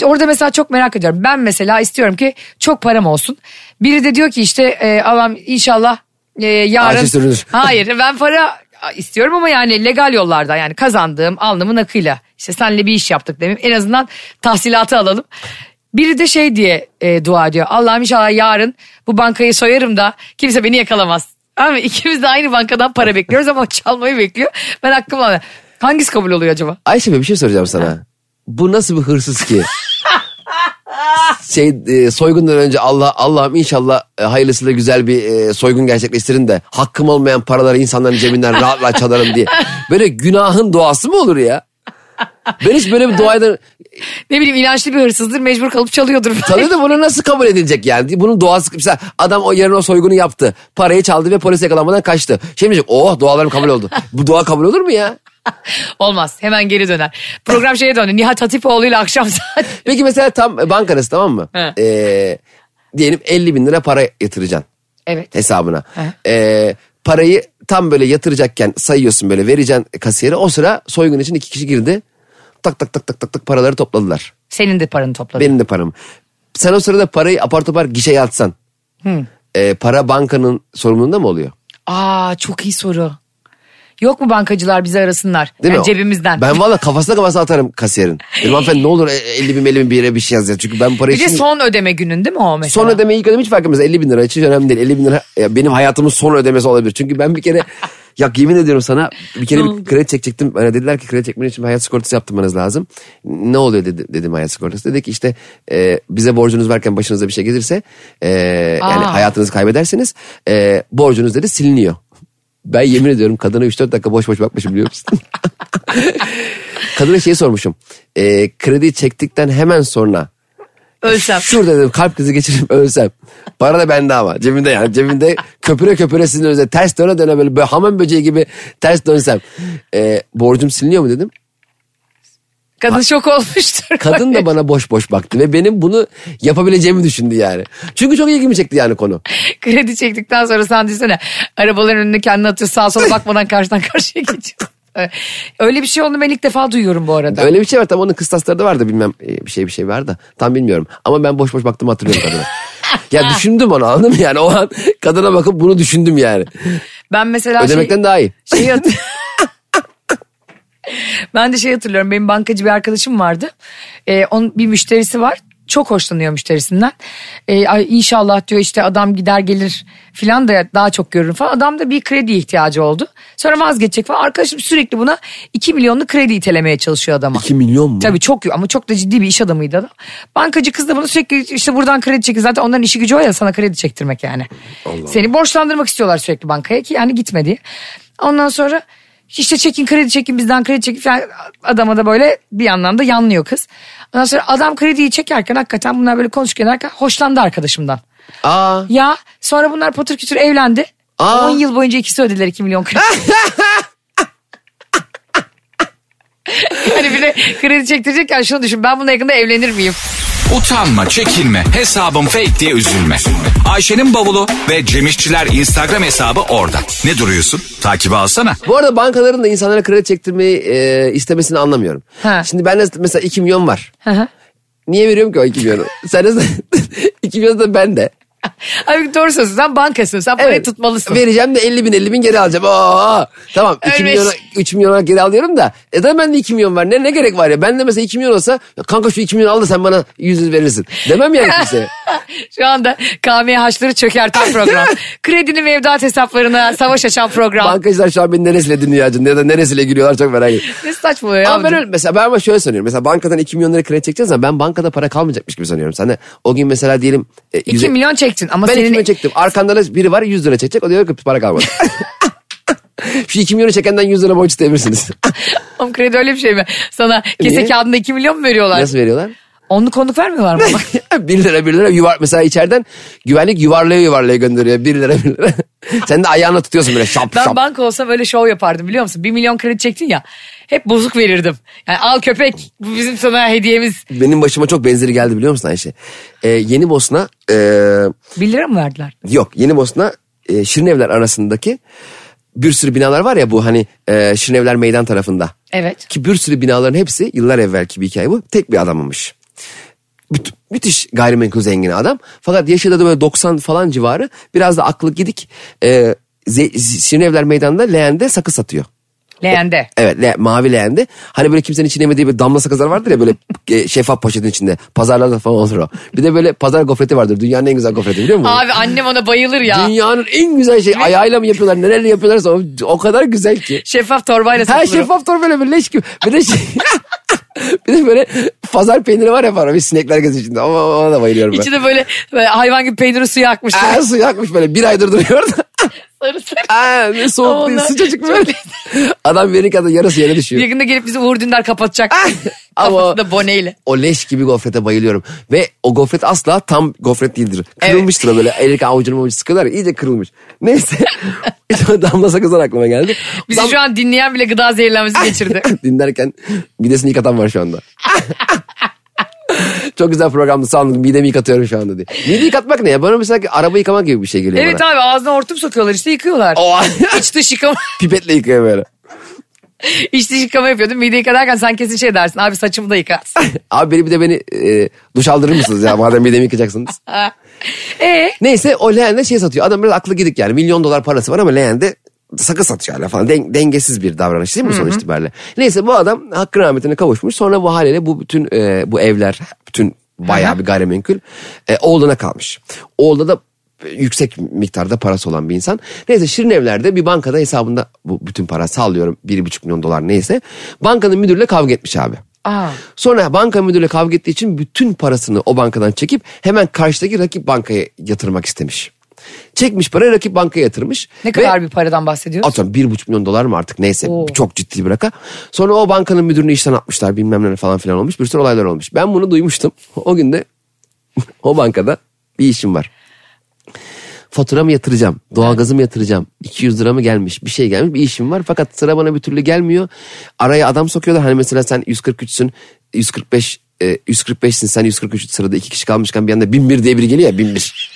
Speaker 2: Orada mesela çok merak ediyorum. Ben mesela istiyorum ki çok param olsun. Biri de diyor ki işte e, Allah'ım inşallah e, yarın.
Speaker 3: Ayşe sürünür.
Speaker 2: Hayır ben para istiyorum ama yani legal yollardan yani kazandığım alnımın akıyla. İşte senle bir iş yaptık demeyeyim. En azından tahsilatı alalım. Biri de şey diye e, dua ediyor. Allah'ım inşallah yarın bu bankayı soyarım da kimse beni yakalamaz. Ama ikimiz de aynı bankadan para bekliyoruz ama çalmayı bekliyor. Ben hakkımı alıyorum. Hangisi kabul oluyor acaba?
Speaker 3: Ayşe Bey bir şey soracağım sana. Bu nasıl bir hırsız ki? şey e, soygundan önce Allah Allah'ım inşallah e, hayırlısıyla güzel bir e, soygun gerçekleştirin de hakkım olmayan paraları insanların cebinden rahat rahat çalarım diye. Böyle günahın doğası mı olur ya? Ben hiç böyle bir duayla
Speaker 2: Ne bileyim inançlı bir hırsızdır mecbur kalıp çalıyordur. (laughs)
Speaker 3: Tabii da bunu nasıl kabul edilecek yani? Bunun doğası mesela adam o yarın o soygunu yaptı. Parayı çaldı ve polis yakalanmadan kaçtı. Şimdi diyecek oh dualarım kabul oldu. Bu dua kabul olur mu ya?
Speaker 2: Olmaz hemen geri döner. Program şeye döndü Nihat Hatipoğlu ile akşam saat.
Speaker 3: Peki mesela tam bankanız tamam mı?
Speaker 2: He.
Speaker 3: Ee, diyelim 50 bin lira para yatıracaksın
Speaker 2: Evet.
Speaker 3: hesabına. Ee, parayı tam böyle yatıracakken sayıyorsun böyle vereceksin kasiyere. O sıra soygun için iki kişi girdi. Tak tak tak tak tak tak paraları topladılar.
Speaker 2: Senin de paranı topladı.
Speaker 3: Benim de param. Sen o sırada parayı apar topar gişeye atsan. ee, para bankanın sorumluluğunda mı oluyor?
Speaker 2: Aa çok iyi soru. Yok mu bankacılar bizi arasınlar?
Speaker 3: Değil
Speaker 2: Yani
Speaker 3: mi?
Speaker 2: Cebimizden.
Speaker 3: Ben valla kafasına kafasına atarım kasiyerin. Dedim hanımefendi ne olur 50 bin 50 bin bir yere bir şey yaz ya. Çünkü ben bu parayı
Speaker 2: bir de
Speaker 3: şimdi-
Speaker 2: son ödeme günün değil mi o mesela?
Speaker 3: son ödeme ilk ödeme hiç fark etmez. 50 bin lira hiç önemli değil. 50 bin lira ya benim hayatımın son ödemesi olabilir. Çünkü ben
Speaker 2: (laughs)
Speaker 3: bir kere ya yemin ediyorum sana bir kere bir kredi çekecektim. Bana dediler ki kredi çekmen için bir hayat sigortası yaptırmanız lazım. Ne oluyor dedi, dedim hayat sigortası. Dedi ki işte e, bize borcunuz varken başınıza bir şey gelirse e, yani
Speaker 2: Aa.
Speaker 3: hayatınızı kaybederseniz e, borcunuz dedi siliniyor. Ben yemin ediyorum kadına 3-4 dakika boş boş bakmışım
Speaker 2: (laughs)
Speaker 3: biliyor musun? kadına şeyi sormuşum. E, kredi çektikten hemen sonra
Speaker 2: Ölsem.
Speaker 3: Şur dedim kalp krizi geçirip ölsem. Para da bende ama cebimde yani cebimde köpüre köpüre sizin önünüze ters döne döne böyle, böyle hamam böceği gibi ters dönsem. Ee, borcum siliniyor mu dedim.
Speaker 2: Kadın şok olmuştur.
Speaker 3: Kadın da bana boş boş baktı ve benim bunu yapabileceğimi düşündü yani. Çünkü çok ilgimi çekti yani konu.
Speaker 2: (laughs) Kredi çektikten sonra sen düşünsene. Arabaların önüne kendini atıyor sağa sola bakmadan karşıdan karşıya
Speaker 3: (laughs)
Speaker 2: geçiyor. Öyle bir şey olduğunu ben ilk defa duyuyorum bu arada.
Speaker 3: Öyle bir şey var tam onun kıstasları da vardı bilmem e, bir şey bir şey var da tam bilmiyorum. Ama ben boş boş baktığımı hatırlıyorum kadına. ya düşündüm onu anladın mı yani o an kadına bakıp bunu düşündüm yani.
Speaker 2: Ben mesela
Speaker 3: Ödemekten daha iyi.
Speaker 2: şey, şeyi hat- (laughs) ben de şey hatırlıyorum. Benim bankacı bir arkadaşım vardı. Ee, onun bir müşterisi var. Çok hoşlanıyor müşterisinden. Ee, ay inşallah diyor işte adam gider gelir filan da daha çok görürüm falan. Adam da bir kredi ihtiyacı oldu. Sonra vazgeçecek falan. Arkadaşım sürekli buna 2 milyonlu kredi itelemeye çalışıyor adama.
Speaker 3: 2 milyon mu?
Speaker 2: Tabii çok ama çok da ciddi bir iş adamıydı adam. Bankacı kız da bunu sürekli işte buradan kredi çekin. Zaten onların işi gücü o ya sana kredi çektirmek yani. Seni borçlandırmak istiyorlar sürekli bankaya ki yani gitme diye. Ondan sonra işte çekin kredi çekin bizden kredi çekin falan. Adama da böyle bir yandan da yanlıyor kız. Ondan sonra adam krediyi çekerken hakikaten bunlar böyle konuşurken arka- hoşlandı arkadaşımdan.
Speaker 3: Aa.
Speaker 2: Ya sonra bunlar patır kütür evlendi.
Speaker 3: Aa.
Speaker 2: 10 yıl boyunca ikisi ödediler 2 milyon
Speaker 3: (laughs)
Speaker 2: kredi. Hani yani bir de kredi çektirecekken şunu düşün ben bununla yakında evlenir miyim?
Speaker 1: Utanma, çekinme, hesabım fake diye üzülme. Ayşe'nin bavulu ve Cemişçiler Instagram hesabı orada. Ne duruyorsun? Takibi alsana.
Speaker 3: Bu arada bankaların da insanlara kredi çektirmeyi e, istemesini anlamıyorum.
Speaker 2: Ha.
Speaker 3: Şimdi ben de mesela 2 milyon var.
Speaker 2: Hı hı.
Speaker 3: Niye veriyorum ki o
Speaker 2: (laughs)
Speaker 3: 2 milyonu? Sen de (laughs) 2 milyon da ben de.
Speaker 2: Abi doğru söylüyorsun sen bankasın sen parayı tutmalısın.
Speaker 3: Vereceğim de 50 bin 50 bin geri alacağım. Aa, tamam 2
Speaker 2: Ölmüş.
Speaker 3: milyona, 3 milyona geri alıyorum da. E da ben de 2 milyon var. Ne, ne gerek var ya? Ben de mesela 2 milyon olsa "Ya kanka şu 2 milyon al da sen bana 100 yüz verirsin.
Speaker 2: (laughs)
Speaker 3: Demem yani kimseye.
Speaker 2: Şu anda KMH'ları
Speaker 3: (laughs)
Speaker 2: çökerten program. Kredini mevduat hesaplarına savaş açan program.
Speaker 3: Bankacılar şu an beni neresiyle dinliyor acaba? ya da neresiyle gülüyorlar çok merak ediyorum.
Speaker 2: Ne saçmalıyor ya.
Speaker 3: Ama ben öyle, mesela ben ama şöyle sanıyorum. Mesela bankadan 2 milyon lira kredi çekeceğiz ama ben bankada para kalmayacakmış gibi sanıyorum. Sen de o gün mesela diyelim... e,
Speaker 2: 2
Speaker 3: yüze-
Speaker 2: milyon çektin ama
Speaker 3: Ben 2
Speaker 2: senin...
Speaker 3: milyon çektim. Arkamda da biri var 100 lira çekecek. O diyor ki para kalmadı. (laughs) Şu 2 milyonu çekenden 100 lira borç
Speaker 2: (laughs)
Speaker 3: isteyebilirsiniz.
Speaker 2: Oğlum kredi öyle bir şey mi? Sana kese
Speaker 3: Niye?
Speaker 2: kağıdında 2 milyon mu veriyorlar?
Speaker 3: Nasıl veriyorlar? (laughs)
Speaker 2: Onluk konuk vermiyorlar mı?
Speaker 3: 1 lira 1 lira yuvar mesela içeriden güvenlik yuvarlaya yuvarlaya gönderiyor 1 lira 1 lira. (laughs) Sen de ayağına tutuyorsun böyle şap
Speaker 2: Ben
Speaker 3: şap.
Speaker 2: banka olsam öyle şov yapardım biliyor musun? 1 milyon kredi çektin ya. Hep bozuk verirdim. Yani al köpek bu bizim sana hediyemiz.
Speaker 3: Benim başıma çok benzeri geldi biliyor musun Ayşe? Ee, yeni Bosna e,
Speaker 2: 1 lira mı verdiler?
Speaker 3: yok Yeni Bosna e, Şirinevler arasındaki bir sürü binalar var ya bu hani e, Şirinevler meydan tarafında.
Speaker 2: Evet.
Speaker 3: Ki bir sürü binaların hepsi yıllar evvelki bir hikaye bu. Tek bir adammış. Müth- müthiş gayrimenkul zengini adam. Fakat yaşı da böyle 90 falan civarı. Biraz da aklı gidik. Ee, Ze- Şirinevler Meydanı'nda leğende sakız satıyor.
Speaker 2: Leğende.
Speaker 3: E, Evet le- mavi leğende. Hani böyle kimsenin içine yemediği bir damla sakızlar vardır ya böyle (laughs) e, şeffaf poşetin içinde. Pazarlarda falan olur o. Bir de böyle pazar gofreti vardır. Dünyanın en güzel gofreti biliyor musun?
Speaker 2: Abi annem ona bayılır ya.
Speaker 3: Dünyanın en güzel şeyi ayağıyla mı yapıyorlar nelerle yapıyorlarsa o, o kadar güzel ki.
Speaker 2: Şeffaf torbayla
Speaker 3: Her
Speaker 2: satılır. o.
Speaker 3: şeffaf torba böyle bir leş gibi. Bir de şey... (laughs) bir de böyle pazar peyniri var ya var bir sinekler gazı içinde. Ama ona da bayılıyorum ben.
Speaker 2: İçine böyle, böyle hayvan gibi peyniri suya akmış.
Speaker 3: Aa, su yakmış böyle bir aydır duruyor da.
Speaker 2: sarı sarı.
Speaker 3: Aa, (laughs) ne soğuk değil
Speaker 2: Onlar
Speaker 3: sıcacık
Speaker 2: çok
Speaker 3: böyle. Adam verin kadar yarısı yere düşüyor.
Speaker 2: Yakında gelip bizi Uğur Dündar kapatacak.
Speaker 3: Ah! Ama-
Speaker 2: Kafasında boneyle.
Speaker 3: O leş gibi gofrete bayılıyorum. Ve o gofret asla tam gofret değildir. Kırılmıştır o böyle. Elik avucunu avucu sıkıyorlar ya, iyice kırılmış.
Speaker 2: (laughs)
Speaker 3: Neyse. Damla sakızlar aklıma geldi.
Speaker 2: Bizi şu an dinleyen bile gıda
Speaker 3: Ah!
Speaker 2: zehirlenmesi
Speaker 3: (laughs)
Speaker 2: geçirdi.
Speaker 3: Dinlerken midesini yıkatan var şu anda. Çok güzel programdı sağ olun midemi yıkatıyorum şu anda diye. Mide yıkatmak ne ya? Bana mesela ki araba yıkamak gibi bir şey geliyor
Speaker 2: evet
Speaker 3: bana.
Speaker 2: abi ağzına hortum sokuyorlar işte yıkıyorlar.
Speaker 3: (laughs) O-
Speaker 2: İç dış (laughs) yıkama,
Speaker 3: Pipetle yıkıyor böyle.
Speaker 2: iç dış yıkama yapıyordum. Mide yıkarken sen kesin şey dersin. Abi saçımı da yıkarsın.
Speaker 3: Abi beni bir de beni e, duş aldırır mısınız ya madem midemi yıkacaksınız.
Speaker 2: Ee,
Speaker 3: Neyse o leğende şey satıyor. Adam biraz aklı gidik yani milyon dolar parası var ama leğende sakız satıyor hala falan. Den- dengesiz bir davranış değil mi sonuç itibariyle? Neyse bu adam hakkın rahmetine kavuşmuş. Sonra bu haliyle bu bütün e, bu evler bütün bayağı bir gayrimenkul e, oğluna kalmış. Oğlu da e, yüksek miktarda parası olan bir insan. Neyse Şirin Evler'de bir bankada hesabında bu bütün para sallıyorum 1,5 milyon dolar neyse. Bankanın müdürüyle kavga etmiş abi.
Speaker 2: Aa.
Speaker 3: Sonra banka müdürüyle kavga ettiği için bütün parasını o bankadan çekip hemen karşıdaki rakip bankaya yatırmak istemiş. Çekmiş parayı rakip bankaya yatırmış.
Speaker 2: ne kadar bir paradan bahsediyoruz?
Speaker 3: Atıyorum bir buçuk milyon dolar mı artık neyse
Speaker 2: Oo.
Speaker 3: çok ciddi bir rakam. Sonra o bankanın müdürünü işten atmışlar bilmem ne falan filan olmuş bir sürü olaylar olmuş. Ben bunu duymuştum (laughs) o gün de o bankada bir işim var. Fatura mı yatıracağım? Doğalgazı mı yatıracağım? 200 lira mı gelmiş? Bir şey gelmiş. Bir işim var. Fakat sıra bana bir türlü gelmiyor. Araya adam sokuyorlar. Hani mesela sen 143'sün. 145 e, 145'sin sen 143 sırada iki kişi kalmışken bir anda 1001 diye biri geliyor ya 1001.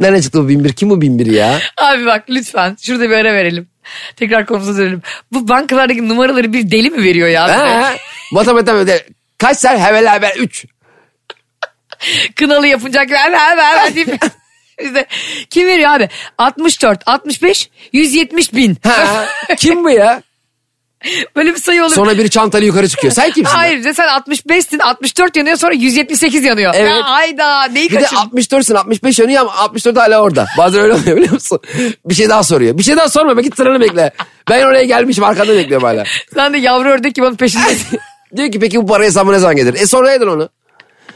Speaker 3: Nereden çıktı bu 1001? Kim bu 1001 ya?
Speaker 2: Abi bak lütfen şurada bir ara verelim. Tekrar konumuza dönelim. Bu bankalardaki numaraları bir deli mi veriyor ya? bize?
Speaker 3: Ha, matematik öde. Kaç sen? Hevel haber 3.
Speaker 2: Kınalı yapınca gibi hemen hemen hemen deyip
Speaker 3: (laughs)
Speaker 2: biz de kim veriyor abi? 64, 65, 170 bin.
Speaker 3: Kim bu ya?
Speaker 2: Böyle bir sayı olur.
Speaker 3: Sonra biri çantalı yukarı çıkıyor. Sen kimsin?
Speaker 2: Hayır bir de sen 65'sin 64 yanıyor sonra 178 yanıyor.
Speaker 3: Evet.
Speaker 2: Ya hayda neyi
Speaker 3: Bir de
Speaker 2: kaçırdın?
Speaker 3: 64'sün 65 yanıyor ama 64 hala orada. Bazen öyle oluyor biliyor musun? Bir şey daha soruyor. Bir şey daha sorma git sıranı bekle. Ben oraya gelmişim arkada bekliyorum hala.
Speaker 2: Sen de yavru ördek gibi onun
Speaker 3: (laughs)
Speaker 2: peşindesin.
Speaker 3: Diyor ki peki bu para hesabı ne zaman gelir? E sonra edin onu.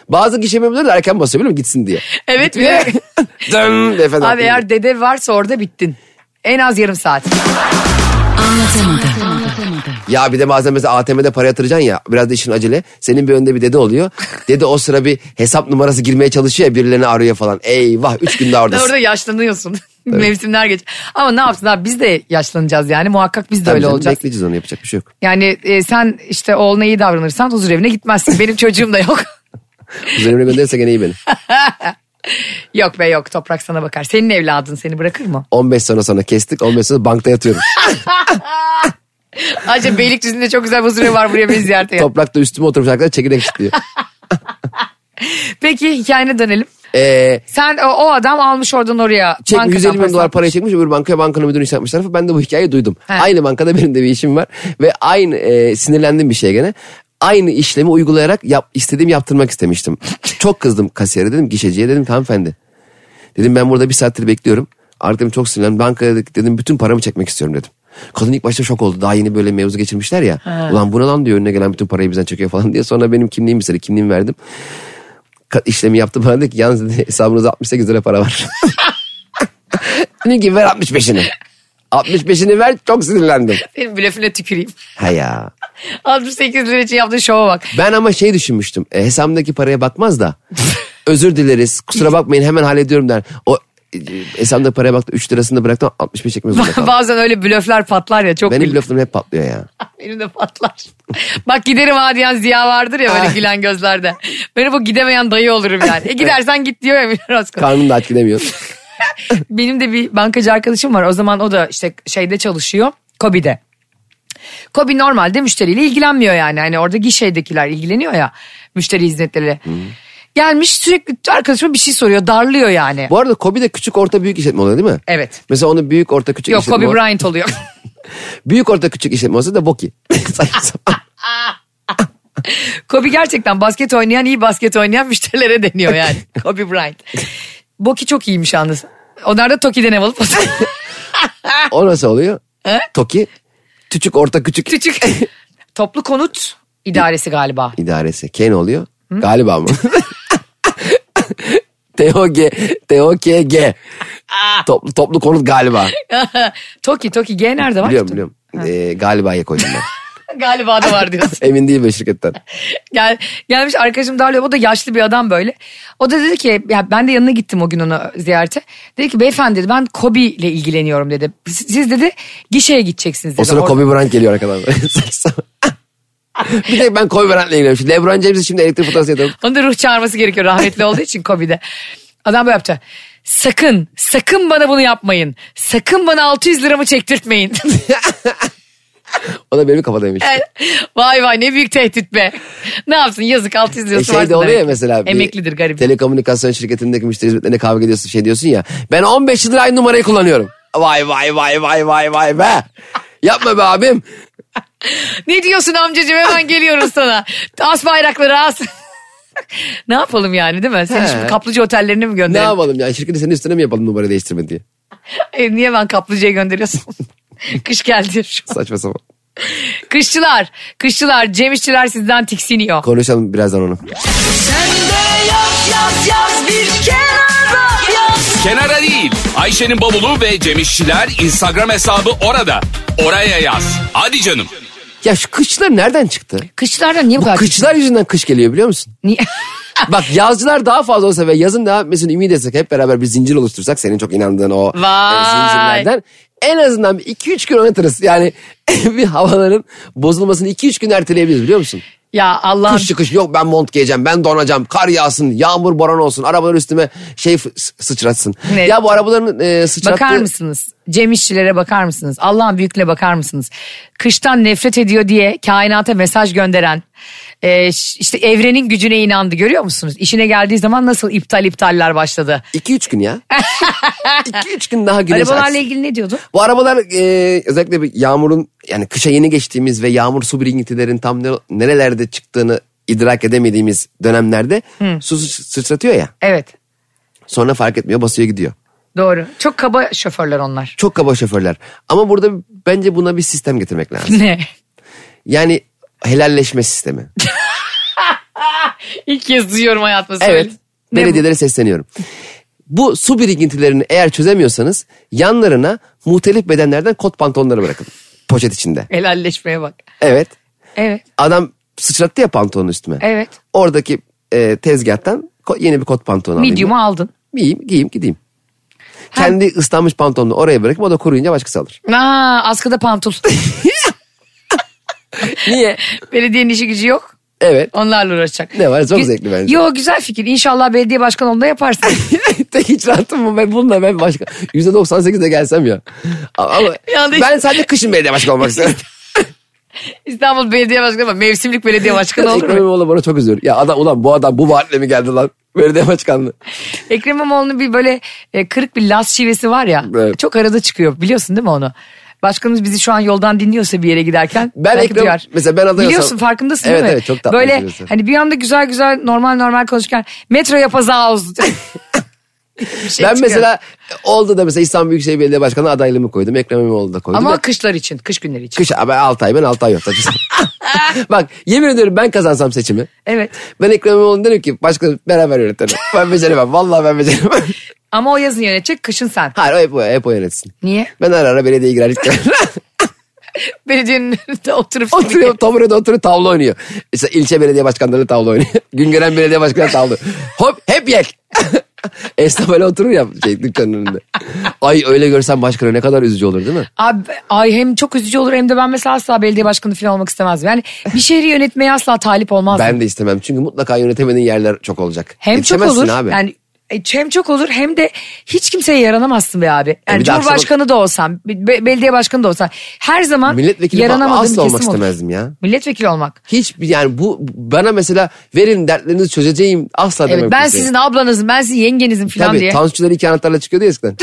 Speaker 3: Bazı gişe memurları da erken basıyor biliyor musun
Speaker 2: (laughs)
Speaker 3: gitsin diye.
Speaker 2: evet bir
Speaker 3: (laughs)
Speaker 2: de-
Speaker 3: Dön efendim.
Speaker 2: Abi eğer dede varsa orada bittin. En az yarım saat.
Speaker 3: Ya bir de bazen mesela ATM'de para yatıracaksın ya biraz da işin acele. Senin bir önde bir dede oluyor. Dede o sıra bir hesap numarası girmeye çalışıyor ya birilerini arıyor falan. Eyvah 3 gün daha
Speaker 2: Sen (laughs)
Speaker 3: oradasın.
Speaker 2: orada yaşlanıyorsun. Mevsimler geç. Ama ne yapsın abi biz de yaşlanacağız yani. Muhakkak biz de
Speaker 3: Tabii
Speaker 2: öyle
Speaker 3: canım,
Speaker 2: olacağız.
Speaker 3: Bekleyeceğiz onu yapacak bir şey yok. (laughs)
Speaker 2: Yani e, sen işte oğluna iyi davranırsan huzur evine gitmezsin. Benim çocuğum da yok. (laughs)
Speaker 3: Üzerime gönderirse gene iyi benim.
Speaker 2: Yok be yok toprak sana bakar. Senin evladın seni bırakır mı?
Speaker 3: 15 sene sonra kestik 15 sene bankta yatıyorum.
Speaker 2: Ayrıca Beylikdüzü'nde çok güzel huzur evi var buraya beni ziyaret
Speaker 3: (laughs)
Speaker 2: et.
Speaker 3: Toprakta üstüme oturmuş arkadaşlar çekirdek çitliyor.
Speaker 2: Peki hikayene dönelim.
Speaker 3: Ee,
Speaker 2: Sen o, o adam almış oradan oraya.
Speaker 3: çek,
Speaker 2: bankadan
Speaker 3: 150 bin
Speaker 2: parasını
Speaker 3: dolar
Speaker 2: almış.
Speaker 3: parayı çekmiş öbür bankaya bankanın müdürünü işletmiş tarafı. Ben de bu hikayeyi duydum.
Speaker 2: He.
Speaker 3: Aynı bankada benim de bir işim var. Ve aynı e, sinirlendim bir şeye gene. Aynı işlemi uygulayarak yap, istediğim
Speaker 2: (laughs)
Speaker 3: yaptırmak istemiştim. Çok kızdım kasiyere dedim gişeciye dedim ki hanımefendi. Dedim ben burada bir saattir bekliyorum. Artık dedim çok sinirlendim. Bankaya dedim bütün paramı çekmek istiyorum dedim. Kadın ilk başta şok oldu. Daha yeni böyle mevzu geçirmişler ya. Ulan bu ne lan diyor önüne gelen bütün parayı bizden çekiyor falan diye. Sonra benim kimliğimi istedi. Kimliğimi verdim. Ka- işlemi yaptı bana dedi ki yalnız dedi, hesabınızda 68 lira para var. Dedim ki ver 65'ini. 65'ini ver çok sinirlendim.
Speaker 2: Senin blöfüne tüküreyim. (laughs)
Speaker 3: Ha ya.
Speaker 2: 68 lira için yaptığın şova bak.
Speaker 3: Ben ama şey düşünmüştüm. E, hesabımdaki paraya
Speaker 2: (laughs)
Speaker 3: bakmaz da. Özür dileriz. Kusura bakmayın hemen hallediyorum der. O e, hesabımda paraya baktı. 3 lirasını da bıraktım 65 çekmez
Speaker 2: (laughs)
Speaker 3: zorunda kaldım.
Speaker 2: Bazen öyle blöfler patlar ya çok
Speaker 3: Benim
Speaker 2: bil-
Speaker 3: blöflerim hep patlıyor ya.
Speaker 2: (laughs) Benim de patlar. Bak giderim ha diyen Ziya vardır ya böyle gülen gözlerde. Benim bu gidemeyen dayı olurum yani. E gidersen git diyor ya Münir Özkul.
Speaker 3: Karnım da aç gidemiyor.
Speaker 2: Benim de bir bankacı arkadaşım var. O zaman o da işte şeyde çalışıyor. Kobi'de. Kobi normalde müşteriyle ilgilenmiyor yani. Hani orada gişedekiler ilgileniyor ya müşteri hizmetleriyle. Gelmiş sürekli arkadaşıma bir şey soruyor. Darlıyor yani.
Speaker 3: Bu arada Kobi de küçük orta büyük işletme oluyor değil mi?
Speaker 2: Evet.
Speaker 3: Mesela onu büyük orta küçük
Speaker 2: Yok
Speaker 3: işletme
Speaker 2: Kobe
Speaker 3: ol-
Speaker 2: Bryant oluyor. (laughs)
Speaker 3: Büyük orta küçük işletme olsa da boki. (laughs) Saçma sapan.
Speaker 2: Kobe gerçekten basket oynayan iyi basket oynayan müşterilere deniyor
Speaker 3: (laughs)
Speaker 2: yani. Kobe Bryant. Boki çok iyiymiş yalnız. Onlar da Toki'den ev alıp
Speaker 3: (laughs) o nasıl oluyor?
Speaker 2: He?
Speaker 3: Toki. Küçük orta küçük.
Speaker 2: küçük toplu konut idaresi galiba.
Speaker 3: idaresi. K ne oluyor? Galiba (laughs) mı? TOG, TOKG.
Speaker 2: Ah.
Speaker 3: Toplu, toplu konut
Speaker 2: E,
Speaker 3: galiba.
Speaker 2: Toki Toki G nerede var?
Speaker 3: Biliyorum biliyorum. Ee, galiba'ya koydum ben.
Speaker 2: Galiba da var diyorsun.
Speaker 3: (laughs) Emin değil ben şirketten.
Speaker 2: E, Gel, gelmiş arkadaşım darlıyor. O da yaşlı bir adam böyle. O da dedi ki ya ben de yanına gittim o gün ona ziyarete. Dedi ki beyefendi dedi, ben Kobe ile ilgileniyorum dedi. Siz, siz dedi gişeye gideceksiniz dedi.
Speaker 3: O sıra
Speaker 2: Or-
Speaker 3: Kobe Bryant geliyor
Speaker 2: (laughs)
Speaker 3: arkadan. bir tek ben Kobe Bryant'la ilgileniyorum. Şimdi Lebron James'i şimdi elektrik faturası yatırdım.
Speaker 2: Onun da ruh çağırması gerekiyor rahmetli olduğu için Kobe'de. Adam böyle yaptı. Sakın, sakın bana bunu yapmayın. Sakın bana 600 liramı çektirtmeyin. (laughs)
Speaker 3: O da benim kafadaymış.
Speaker 2: vay vay ne büyük tehdit be. Ne yapsın yazık 600
Speaker 3: E
Speaker 2: lirası
Speaker 3: şey
Speaker 2: varsa
Speaker 3: de oluyor ya
Speaker 2: demek.
Speaker 3: mesela. bir
Speaker 2: Emeklidir garip.
Speaker 3: Telekomünikasyon şirketindeki müşteri hizmetlerine kavga ediyorsun şey diyorsun ya. Ben 15 yıldır aynı numarayı kullanıyorum. Vay vay vay vay vay vay be. Yapma be abim.
Speaker 2: Ne diyorsun amcacığım
Speaker 3: (laughs)
Speaker 2: hemen geliyoruz sana. As bayrakları as. (laughs) ne yapalım yani değil mi? Seni
Speaker 3: He.
Speaker 2: şimdi kaplıca otellerine mi
Speaker 3: Ne
Speaker 2: gönderelim?
Speaker 3: yapalım ya şirketi senin üstüne mi yapalım numara değiştirme diye.
Speaker 2: E, niye ben kaplıcaya
Speaker 3: (laughs)
Speaker 2: gönderiyorsun? Kış geldi şu an.
Speaker 3: Saçma sapan.
Speaker 2: Kışçılar, kışçılar, Cem İşçiler sizden tiksiniyor.
Speaker 3: Konuşalım birazdan onu.
Speaker 1: Kenara değil. Ayşe'nin bavulu ve Cemişçiler Instagram hesabı orada. Oraya yaz. Hadi canım.
Speaker 3: Ya şu kışçılar nereden çıktı?
Speaker 2: Kışçılardan niye bu kadar?
Speaker 3: Kışçılar yüzünden kış geliyor biliyor musun?
Speaker 2: Niye?
Speaker 3: Bak yazcılar daha fazla olsa ve yazın devam etmesini ümit etsek hep beraber bir zincir oluştursak senin çok inandığın o e,
Speaker 2: Vay.
Speaker 3: zincirlerden en azından 2-3 gün oynatırız. Yani (laughs) bir havaların bozulmasını 2-3 gün erteleyebiliriz biliyor musun?
Speaker 2: (laughs) ya Allah
Speaker 3: Kış çıkış yok ben mont giyeceğim ben donacağım kar yağsın yağmur boran olsun arabalar üstüme şey f- s- sıçratsın.
Speaker 2: Ne?
Speaker 3: Ya bu arabaların e, sıçrattığı...
Speaker 2: bakar mısınız? Cem İşçilere bakar mısınız? Allah'ın büyüklüğüne bakar mısınız? Kıştan nefret ediyor diye kainata mesaj gönderen e, ş- işte evrenin gücüne inandı görüyor musunuz? İşine geldiği zaman nasıl iptal iptaller başladı?
Speaker 3: 2-3
Speaker 2: (laughs)
Speaker 3: gün ya. 2-3 gün daha güneş
Speaker 2: Arabalarla
Speaker 3: açsın.
Speaker 2: ilgili ne diyordun?
Speaker 3: Bu arabalar e, özellikle bir yağmurun yani kışa yeni geçtiğimiz ve yağmur su birikintilerin tam ne- nerelerde çıktığını idrak edemediğimiz dönemlerde su sı- sıçratıyor ya.
Speaker 2: Evet
Speaker 3: Sonra fark etmiyor basıyor gidiyor.
Speaker 2: doğru. Çok kaba şoförler onlar. (laughs)
Speaker 3: Çok kaba şoförler. Ama burada bence buna bir sistem
Speaker 2: (laughs)
Speaker 3: getirmek lazım.
Speaker 2: Ne?
Speaker 3: Yani
Speaker 2: (laughs)
Speaker 3: helalleşme sistemi.
Speaker 2: İlk kez duyuyorum hayatımda
Speaker 3: Evet.
Speaker 2: Ne bu?
Speaker 3: Belediyelere sesleniyorum. Bu su birikintilerini eğer çözemiyorsanız yanlarına muhtelif bedenlerden kot pantolonları bırakın. Poşet içinde.
Speaker 2: Helalleşmeye bak.
Speaker 3: Evet.
Speaker 2: Evet.
Speaker 3: Adam sıçrattı ya pantolonun üstüme.
Speaker 2: Evet.
Speaker 3: Oradaki e, tezgahtan ko- yeni bir kot pantolon alayım.
Speaker 2: Medium'u aldın.
Speaker 3: Giyeyim, giyeyim gideyim. Kendi ıslanmış pantolonunu oraya bırakıp o da kuruyunca başkası alır. (laughs)
Speaker 2: Aa, askıda pantul.
Speaker 3: Niye?
Speaker 2: Belediyenin işi gücü yok.
Speaker 3: Evet. (laughs)
Speaker 2: Onlarla uğraşacak.
Speaker 3: Ne var? Çok
Speaker 2: Gü-
Speaker 3: zevkli bence.
Speaker 2: Yo güzel fikir. İnşallah belediye başkanı onda yaparsın. (laughs)
Speaker 3: Tek hiç rahatım bu. Ben bununla ben başka. %98'e gelsem ya. Ama
Speaker 2: Yanlış.
Speaker 3: ben sadece kışın belediye
Speaker 2: (laughs)
Speaker 3: başkanı olmak isterim.
Speaker 2: İstanbul belediye başkanı ama mevsimlik belediye başkanı olur
Speaker 3: Ekrem
Speaker 2: mu?
Speaker 3: İmamoğlu bana çok üzülür. Ya adam ulan bu adam bu vaatle mi geldi lan? Belediye başkanlığı.
Speaker 2: Ekrem İmamoğlu'nun bir böyle e, kırık bir las şivesi var ya.
Speaker 3: Evet.
Speaker 2: Çok arada çıkıyor. Biliyorsun değil mi onu? Başkanımız bizi şu an yoldan dinliyorsa bir yere giderken.
Speaker 3: Ben
Speaker 2: belki
Speaker 3: Ekrem-
Speaker 2: duyar.
Speaker 3: mesela ben aday
Speaker 2: Biliyorsun
Speaker 3: olsam-
Speaker 2: farkındasın
Speaker 3: Evet,
Speaker 2: değil mi?
Speaker 3: evet, çok tatlı
Speaker 2: Böyle
Speaker 3: birisi.
Speaker 2: hani bir anda güzel güzel normal normal konuşurken metro
Speaker 3: (laughs)
Speaker 2: yapazağız. Bir şey
Speaker 3: ben
Speaker 2: çıkıyor.
Speaker 3: mesela oldu da mesela İstanbul Büyükşehir Belediye Başkanı adaylığımı koydum. Ekrem İmamoğlu da koydum.
Speaker 2: Ama
Speaker 3: Ya
Speaker 2: kışlar için, kış günleri için.
Speaker 3: kış abi 6 ay ben 6 ay yok. (laughs) Bak yemin ediyorum ben kazansam seçimi.
Speaker 2: Evet.
Speaker 3: Ben Ekrem İmamoğlu derim ki başkanım beraber yönetelim. (laughs) Ben beceremem. Vallahi ben beceremem. (laughs)
Speaker 2: Ama o yazın yönetecek, kışın sen.
Speaker 3: Hayır o hep o, hep o yönetsin.
Speaker 2: Niye?
Speaker 3: Ben ara ara
Speaker 2: (laughs)
Speaker 3: belediyeye girerlik
Speaker 2: Belediyenin (laughs) önünde oturup.
Speaker 3: Oturuyor tam orada oturuyor tavla oynuyor. İşte ilçe belediye başkanları tavla oynuyor. (laughs) Güngören belediye başkanı tavla. Hop hep yek. (laughs) Esnaf öyle oturur ya şey, dükkanın önünde. Ay öyle görsem başkanı ne kadar üzücü olur değil mi?
Speaker 2: Abi, ay hem çok üzücü olur hem de ben mesela asla belediye başkanı falan olmak istemezdim. Yani bir şehri yönetmeye asla talip olmazdım.
Speaker 3: Ben de istemem çünkü mutlaka yönetemediğin yerler çok olacak.
Speaker 2: hem çok
Speaker 3: Yetişemezsin
Speaker 2: olur.
Speaker 3: abi.
Speaker 2: Yani e, hem çok olur hem de hiç kimseye yaranamazsın be abi. Yani
Speaker 3: E, bir de akşama-
Speaker 2: Cumhurbaşkanı da olsan, be- belediye başkanı da olsan her zaman
Speaker 3: Milletvekili falan
Speaker 2: yaranamadığım
Speaker 3: asla
Speaker 2: bir
Speaker 3: olmak
Speaker 2: kesim olur.
Speaker 3: istemezdim ya.
Speaker 2: Milletvekili olmak.
Speaker 3: Hiçbir yani bu bana mesela verin dertlerinizi çözeceğim asla demem.
Speaker 2: Evet, ben
Speaker 3: kimseye.
Speaker 2: sizin ablanızım, ben sizin yengenizim falan
Speaker 3: Tabii
Speaker 2: diye.
Speaker 3: tansiyoner iki anahtarla çıkıyordu
Speaker 2: (laughs)
Speaker 3: ya eskiden.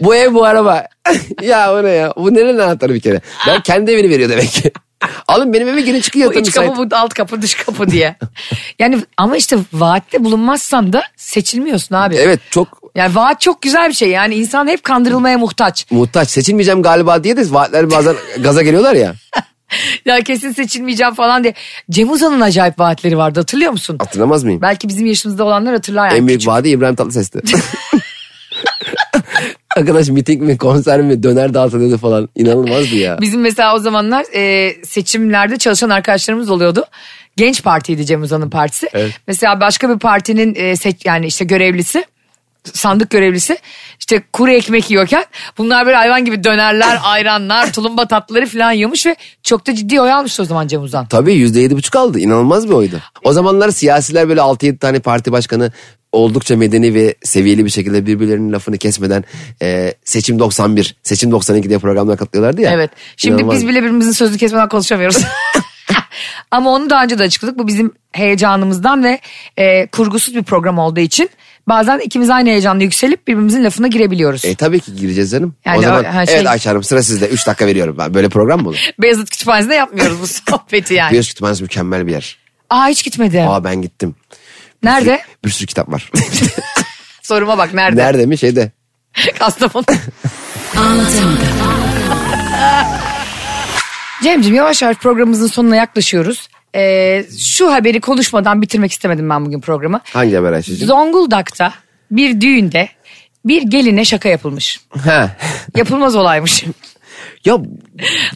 Speaker 3: bu ev bu araba. (laughs) ya o ne ya? Bu nerenin anahtarı bir kere? Ben kendi evini veriyor demek ki. (laughs) Alın benim eve girin çıkın
Speaker 2: Bu
Speaker 3: yatın
Speaker 2: iç
Speaker 3: müsait.
Speaker 2: kapı, bu alt kapı, dış kapı diye. (laughs) yani ama işte vaatte bulunmazsan da seçilmiyorsun abi.
Speaker 3: Evet çok
Speaker 2: Yani vaat çok güzel bir şey. Yani insan hep kandırılmaya muhtaç.
Speaker 3: muhtaç. Seçilmeyeceğim galiba diye de
Speaker 2: (laughs)
Speaker 3: vaatler bazen gaza geliyorlar ya.
Speaker 2: ya kesin seçilmeyeceğim falan diye. Cem Uzan'ın acayip vaatleri vardı hatırlıyor musun?
Speaker 3: Hatırlamaz mıyım?
Speaker 2: Belki bizim yaşımızda olanlar hatırlar yani.
Speaker 3: en büyük vaadi
Speaker 2: (laughs)
Speaker 3: İbrahim Tatlıses'ti. (laughs) Arkadaş miting mi konser mi döner dağıtılıyordu falan. İnanılmazdı ya.
Speaker 2: Bizim mesela o zamanlar e, seçimlerde çalışan arkadaşlarımız oluyordu. Genç partiydi Cem Uzan'ın partisi.
Speaker 3: Evet.
Speaker 2: Mesela başka bir partinin e, seç, yani işte görevlisi sandık görevlisi işte kuru ekmek yiyorken bunlar böyle hayvan gibi dönerler, ayranlar, (laughs) tulumba tatlıları falan yiyormuş ve çok da ciddi oy almıştı o zaman Cem Uzan.
Speaker 3: Tabii yüzde yedi buçuk aldı. İnanılmaz bir oydu. O zamanlar siyasiler böyle 6-7 tane parti başkanı oldukça medeni ve seviyeli bir şekilde birbirlerinin lafını kesmeden e, seçim 91, seçim 92 diye programlara katılıyorlardı ya.
Speaker 2: Evet. Şimdi
Speaker 3: İnanılmaz.
Speaker 2: biz bile birbirimizin sözünü kesmeden
Speaker 3: (laughs)
Speaker 2: konuşamıyoruz. Ama onu daha önce de açıkladık. Bu bizim heyecanımızdan ve e, kurgusuz bir program olduğu için bazen ikimiz aynı heyecanla yükselip birbirimizin lafına girebiliyoruz.
Speaker 3: E tabii ki gireceğiz canım.
Speaker 2: Yani
Speaker 3: o zaman
Speaker 2: o- ha, şey-
Speaker 3: evet Ayça Hanım sıra sizde 3 dakika veriyorum. Ben böyle program mı olur?
Speaker 2: Beyazıt Kütüphanesi'nde yapmıyoruz
Speaker 3: (laughs)
Speaker 2: bu sohbeti yani.
Speaker 3: Biyos kütüphanesi mükemmel bir yer. Aa,
Speaker 2: Aa hiç gitmedim.
Speaker 3: ben gittim.
Speaker 2: nerede?
Speaker 3: Bir şey- sürü kitap var. (laughs)
Speaker 2: Soruma bak nerede?
Speaker 3: Nerede mi? Şeyde.
Speaker 2: (laughs)
Speaker 3: (laughs)
Speaker 2: Kastamonu. Cem'ciğim yavaş yavaş programımızın sonuna yaklaşıyoruz. E, şu haberi konuşmadan bitirmek istemedim ben bugün programı.
Speaker 3: Hangi haber Ayşe'cim?
Speaker 2: Zonguldak'ta bir düğünde bir geline şaka yapılmış.
Speaker 3: Ha.
Speaker 2: Yapılmaz olaymış. (laughs)
Speaker 3: Ya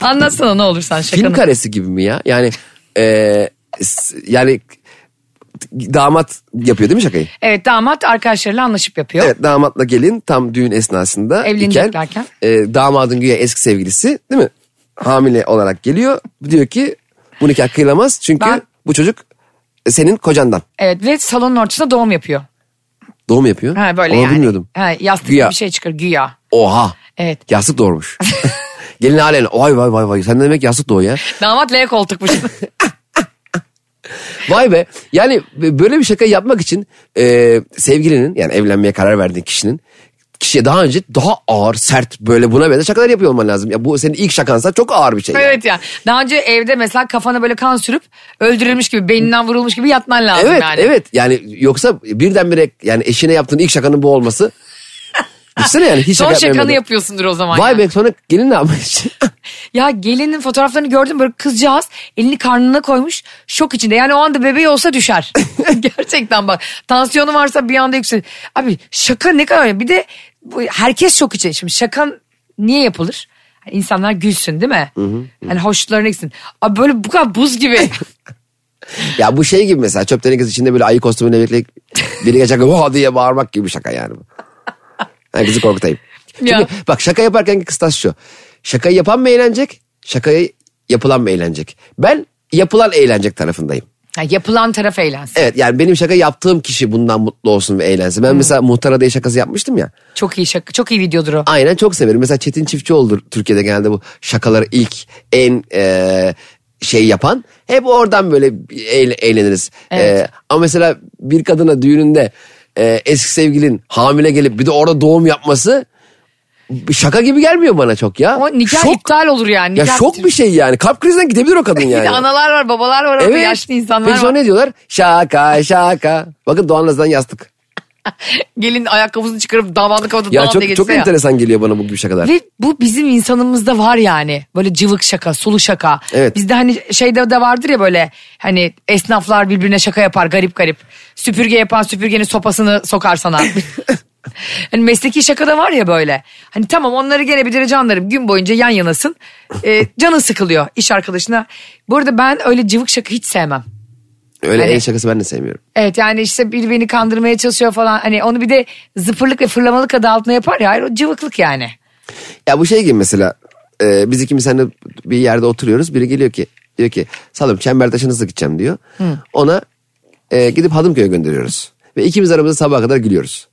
Speaker 2: Anlatsana ne olursan
Speaker 3: film
Speaker 2: şakanı.
Speaker 3: karesi gibi mi ya? Yani e, s- yani damat yapıyor değil mi şakayı?
Speaker 2: evet damat arkadaşlarıyla anlaşıp yapıyor.
Speaker 3: Evet damatla gelin tam düğün esnasında
Speaker 2: Evleneceklerken.
Speaker 3: iken, e, damadın güya eski sevgilisi değil mi? Hamile olarak geliyor. Diyor ki bu nikah kıyılamaz çünkü
Speaker 2: Ben-
Speaker 3: bu çocuk senin kocandan.
Speaker 2: Evet ve salonun ortasında doğum yapıyor.
Speaker 3: Doğum yapıyor.
Speaker 2: Ha böyle
Speaker 3: Onu
Speaker 2: yani.
Speaker 3: bilmiyordum.
Speaker 2: Ha, yastık
Speaker 3: Güya.
Speaker 2: gibi bir şey çıkar güya.
Speaker 3: Oha.
Speaker 2: Evet. (laughs)
Speaker 3: Yastık doğurmuş. gelin halen vay vay vay vay sen ne demek yastık doğu ya.
Speaker 2: Damat L
Speaker 3: (laughs)
Speaker 2: koltukmuş. (laughs)
Speaker 3: Vay be. Yani böyle bir şaka yapmak için e, sevgilinin yani evlenmeye karar verdiğin kişinin kişiye daha önce daha ağır, sert böyle buna benzer şakalar yapıyor olman lazım. Ya bu senin ilk şakansa çok ağır bir şey. yani.
Speaker 2: evet ya. Daha önce evde mesela kafana böyle kan sürüp öldürülmüş gibi beyninden vurulmuş gibi yatman lazım
Speaker 3: Evet,
Speaker 2: yani.
Speaker 3: evet. Yani yoksa birdenbire yani eşine yaptığın ilk şakanın bu olması. Düşünsene yani hiç
Speaker 2: Son
Speaker 3: şaka
Speaker 2: şakanı
Speaker 3: yapmayamadın.
Speaker 2: yapıyorsundur o zaman.
Speaker 3: Vay
Speaker 2: yani.
Speaker 3: be sonra gelin ne yapmış?
Speaker 2: Ya gelinin fotoğraflarını gördüm böyle kızcağız elini karnına koymuş şok içinde. Yani o anda bebeği olsa
Speaker 3: (laughs)
Speaker 2: düşer. (laughs) Gerçekten bak tansiyonu varsa bir anda yükselir. Abi şaka ne kadar önemli. Bir de bu- herkes şok içinde. Şimdi şaka niye yapılır? Yani İnsanlar gülsün değil mi? Yani hoşlarına gitsin. Abi böyle bu kadar buz
Speaker 3: (laughs)
Speaker 2: gibi.
Speaker 3: ya bu şey gibi mesela çöp tenekesi içinde böyle ayı kostümüyle bekleyip biri geçerken oha diye bağırmak gibi bir şaka yani bu. Herkesi korkutayım. Çünkü
Speaker 2: Ya.
Speaker 3: bak şaka yaparkenki kıstas şu. Şakayı yapan mı eğlenecek? Şakayı yapılan mı eğlenecek? Ben yapılan eğlenecek tarafındayım.
Speaker 2: Ha, yapılan taraf eğlensin.
Speaker 3: Evet yani benim şaka yaptığım kişi bundan mutlu olsun ve eğlensin. Ben mesela Muhtar Adayı şakası yapmıştım ya.
Speaker 2: Çok iyi şaka, çok iyi videodur o.
Speaker 3: Aynen çok severim. Mesela Çetin Çiftçioğlu'dur Türkiye'de genelde bu şakaları ilk en e, şey yapan. Hep oradan böyle eğl- eğleniriz.
Speaker 2: Evet.
Speaker 3: E, ama mesela bir kadına düğününde e, eski sevgilin hamile gelip bir de orada doğum yapması şaka gibi gelmiyor bana çok ya.
Speaker 2: Ama nikah
Speaker 3: Şok.
Speaker 2: iptal olur yani.
Speaker 3: Ya
Speaker 2: Nikah
Speaker 3: şok bir şey yani. Kalp krizinden gidebilir o
Speaker 2: (laughs)
Speaker 3: kadın
Speaker 2: Bir
Speaker 3: yani.
Speaker 2: de analar var, babalar var, orada yaşlı insanlar
Speaker 3: Peki sonra
Speaker 2: var.
Speaker 3: ne diyorlar? Şaka şaka. Bakın Doğan Naz'dan yastık.
Speaker 2: (laughs) Gelin ayakkabısını çıkarıp damadı kapatıp
Speaker 3: Ya
Speaker 2: damat diye
Speaker 3: çok, çok
Speaker 2: geçse ya.
Speaker 3: enteresan geliyor bana bu gibi şakalar.
Speaker 2: Ve bu bizim insanımızda var yani. Böyle cıvık şaka, sulu şaka.
Speaker 3: Evet.
Speaker 2: Bizde hani şeyde de vardır ya böyle hani esnaflar birbirine şaka yapar garip garip. Süpürge yapan süpürgenin sopasını sokar sana. hani mesleki şaka da var ya böyle. Hani tamam onları gene bir derece anlarım. Gün boyunca yan yanasın. Ee, canın sıkılıyor iş arkadaşına. Bu arada ben öyle cıvık şaka hiç sevmem.
Speaker 3: Öyle
Speaker 2: Hani-
Speaker 3: el şakası ben de sevmiyorum.
Speaker 2: Evet yani işte biri beni kandırmaya çalışıyor falan. Hani onu bir de zıpırlık ve fırlamalık adı altına yapar ya. Hayır o cıvıklık yani.
Speaker 3: Ya bu şey gibi mesela e, biz ikimiz seninle bir yerde oturuyoruz. Biri geliyor ki diyor ki salım Çembertaş'a nasıl gideceğim diyor. Ona e, gidip Hadımköy'e gönderiyoruz. Ve ikimiz aramızda sabaha kadar gülüyoruz.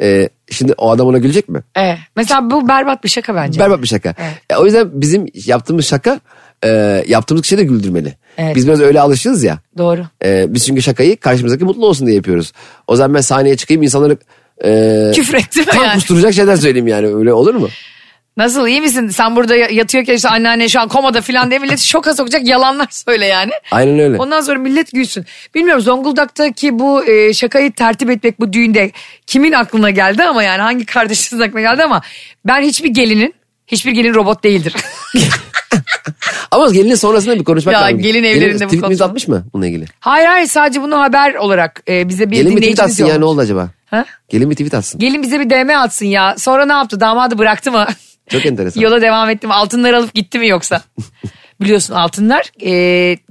Speaker 3: E, şimdi o adam ona gülecek mi?
Speaker 2: Evet. Mesela bu berbat bir şaka bence.
Speaker 3: Berbat bir şaka. E, o yüzden bizim yaptığımız şaka e, yaptığımız kişi de güldürmeli.
Speaker 2: Evet.
Speaker 3: Biz biraz öyle alışırız ya.
Speaker 2: Doğru.
Speaker 3: E, biz çünkü şakayı karşımızdaki mutlu olsun diye yapıyoruz. O zaman ben sahneye çıkayım insanları e,
Speaker 2: Küfür ettim
Speaker 3: kan
Speaker 2: yani.
Speaker 3: kusturacak şeyler söyleyeyim yani öyle olur mu?
Speaker 2: Nasıl iyi misin? Sen burada ya- yatıyorken işte anneanne şu an komada falan diye milleti şoka sokacak yalanlar (laughs) söyle yani.
Speaker 3: Aynen öyle.
Speaker 2: Ondan sonra millet gülsün. Bilmiyorum Zonguldak'taki bu e, şakayı tertip etmek bu düğünde kimin aklına geldi ama yani hangi kardeşinizin aklına geldi ama ben hiçbir gelinin hiçbir gelin robot değildir. (laughs)
Speaker 3: Ama gelinin sonrasında bir konuşmak
Speaker 2: Ya
Speaker 3: lazım.
Speaker 2: gelin evlerinde bu
Speaker 3: tweet tweet
Speaker 2: konuşma.
Speaker 3: atmış mı bununla ilgili?
Speaker 2: hayır hayır sadece bunu haber olarak e, bize bir
Speaker 3: gelin bir
Speaker 2: dinleyicimiz
Speaker 3: tweet atsın ya ne
Speaker 2: yollamış.
Speaker 3: oldu acaba?
Speaker 2: Ha?
Speaker 3: Gelin bir tweet atsın.
Speaker 2: Gelin bize bir DM atsın ya. Sonra ne yaptı? Damadı bıraktı mı? (laughs)
Speaker 3: Çok enteresan.
Speaker 2: Yola devam etti mi? Altınları alıp gitti mi
Speaker 3: (laughs)
Speaker 2: yoksa? Biliyorsun altınlar e,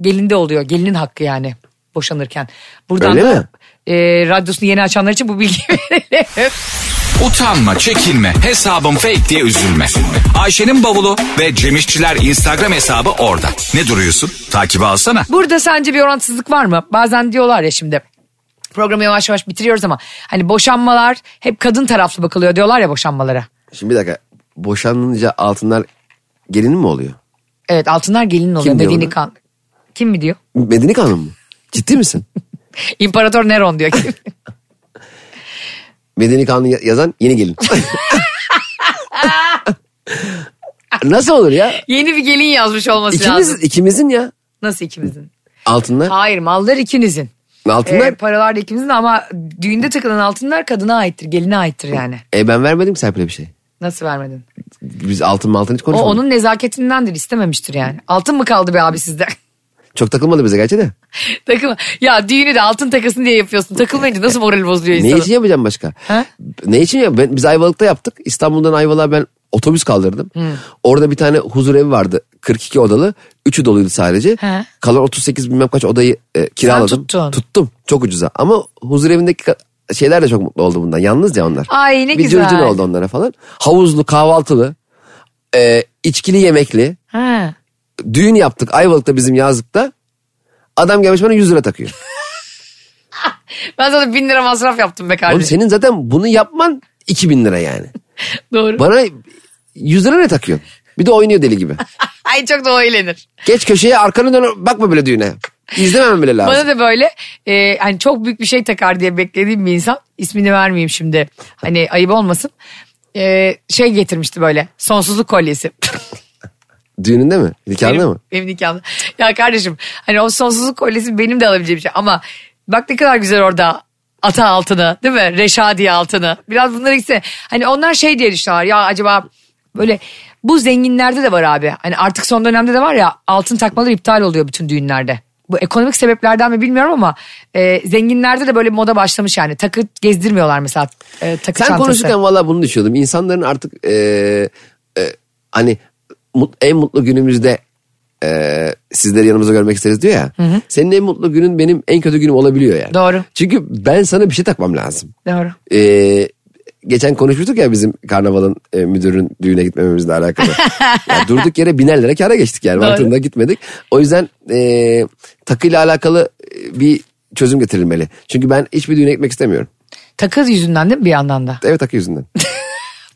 Speaker 2: gelinde oluyor. Gelinin hakkı yani boşanırken. Buradan
Speaker 3: Öyle
Speaker 2: da
Speaker 3: mi?
Speaker 2: e, radyosunu yeni açanlar için bu bilgi (laughs) verelim.
Speaker 1: Utanma, çekinme, hesabım fake diye üzülme. Ayşe'nin bavulu ve Cemişçiler Instagram hesabı orada. Ne duruyorsun? Takibi alsana.
Speaker 2: Burada sence bir orantısızlık var mı? Bazen diyorlar ya şimdi programı yavaş yavaş bitiriyoruz ama hani boşanmalar hep kadın taraflı bakılıyor diyorlar ya boşanmalara.
Speaker 3: Şimdi bir dakika. Boşanınca altınlar gelinin mi oluyor?
Speaker 2: Evet altınlar gelinin oluyor.
Speaker 3: Kim diyor
Speaker 2: Medeni
Speaker 3: bunu?
Speaker 2: kan. Kim mi diyor?
Speaker 3: Medeni kanun mu?
Speaker 2: (laughs)
Speaker 3: Ciddi misin?
Speaker 2: İmparator Neron
Speaker 3: (laughs)
Speaker 2: diyor. Kim?
Speaker 3: Medeni kanunu ya- yazan
Speaker 2: (laughs)
Speaker 3: yeni gelin. Nasıl olur ya?
Speaker 2: Yeni bir gelin yazmış olması
Speaker 3: İkimiz,
Speaker 2: lazım.
Speaker 3: ikimizin ya.
Speaker 2: Nasıl ikimizin?
Speaker 3: Altınlar.
Speaker 2: Hayır mallar ikinizin.
Speaker 3: Altınlar.
Speaker 2: Ee, paralar da ikimizin ama düğünde takılan altınlar kadına aittir, geline aittir yani.
Speaker 3: E ben vermedim ki Serpil'e bir şey.
Speaker 2: Nasıl vermedin?
Speaker 3: Biz altın mı altın hiç
Speaker 2: O
Speaker 3: konuşmadık.
Speaker 2: onun nezaketindendir, istememiştir yani. Altın mı kaldı be abi sizde? (laughs)
Speaker 3: Çok takılmadı bize gerçi de.
Speaker 2: Takım. Ya düğünü de altın takasın diye yapıyorsun. Takılmayınca nasıl moral bozuluyor
Speaker 3: Ne için
Speaker 2: insanın?
Speaker 3: yapacağım başka?
Speaker 2: Ha?
Speaker 3: Ne için ya? Ben, biz Ayvalık'ta yaptık. İstanbul'dan Ayvalık'a ben otobüs kaldırdım. Orada bir tane huzur evi vardı. 42 odalı. Üçü doluydu sadece.
Speaker 2: He.
Speaker 3: Kalan 38 bilmem kaç odayı e, kiraladım.
Speaker 2: tuttun.
Speaker 3: Tuttum. Çok ucuza. Ama huzur evindeki ka- şeyler de çok mutlu oldu bundan. Yalnız ya onlar.
Speaker 2: Ay, ne
Speaker 3: bir
Speaker 2: güzel.
Speaker 3: cırcın oldu onlara falan. Havuzlu, kahvaltılı, e, içkili yemekli.
Speaker 2: Ha.
Speaker 3: Düğün yaptık Ayvalık'ta bizim yazlıkta. Adam gelmiş bana 100 lira takıyor.
Speaker 2: Ben sana bin lira masraf yaptım be
Speaker 3: Oğlum
Speaker 2: kardeşim.
Speaker 3: senin zaten bunu yapman 2000 lira yani.
Speaker 2: Doğru.
Speaker 3: Bana 100 lira ne takıyorsun? Bir de oynuyor deli gibi.
Speaker 2: Ay çok da o eğlenir.
Speaker 3: Geç köşeye arkanı dön bakma bile düğüne. İzlemem bile lazım.
Speaker 2: Bana da böyle e, hani çok büyük bir şey takar diye beklediğim bir insan ismini vermeyeyim şimdi hani ayıp olmasın E, şey getirmişti böyle sonsuzluk kolyesi.
Speaker 3: Düğününde mi? Nikahında
Speaker 2: benim,
Speaker 3: mı?
Speaker 2: Benim nikahımda. Ya kardeşim hani o sonsuzluk kolyesi benim de alabileceğim bir şey ama bak ne kadar güzel orada ata altını değil mi? Reşadiye altını. Biraz bunlara gitse hani onlar şey diye düşünüyorlar ya acaba böyle bu zenginlerde de var abi. Hani artık son dönemde de var ya altın takmalar iptal oluyor bütün düğünlerde. Bu ekonomik sebeplerden mi bilmiyorum ama e, zenginlerde de böyle moda başlamış yani. Takı gezdirmiyorlar mesela e, takı
Speaker 3: Sen
Speaker 2: çantası.
Speaker 3: konuşurken valla bunu düşünüyordum. İnsanların artık e, e, hani mut- en mutlu günümüzde e, sizleri yanımıza görmek isteriz diyor ya. Senin en mutlu günün benim en kötü günüm olabiliyor yani.
Speaker 2: Doğru.
Speaker 3: Çünkü ben sana bir şey takmam lazım.
Speaker 2: Doğru.
Speaker 3: E, geçen konuşmuştuk ya bizim karnavalın e, müdürün düğüne
Speaker 2: (laughs)
Speaker 3: gitmememizle alakalı. Ya durduk yere biner lira kâra geçtik yani.
Speaker 2: Doğru.
Speaker 3: Mantığında gitmedik. O yüzden e, takıyla alakalı e, bir çözüm getirilmeli. Çünkü ben hiçbir düğüne gitmek istemiyorum.
Speaker 2: Takı yüzünden değil mi bir yandan da?
Speaker 3: Evet
Speaker 2: (laughs)
Speaker 3: takı yüzünden.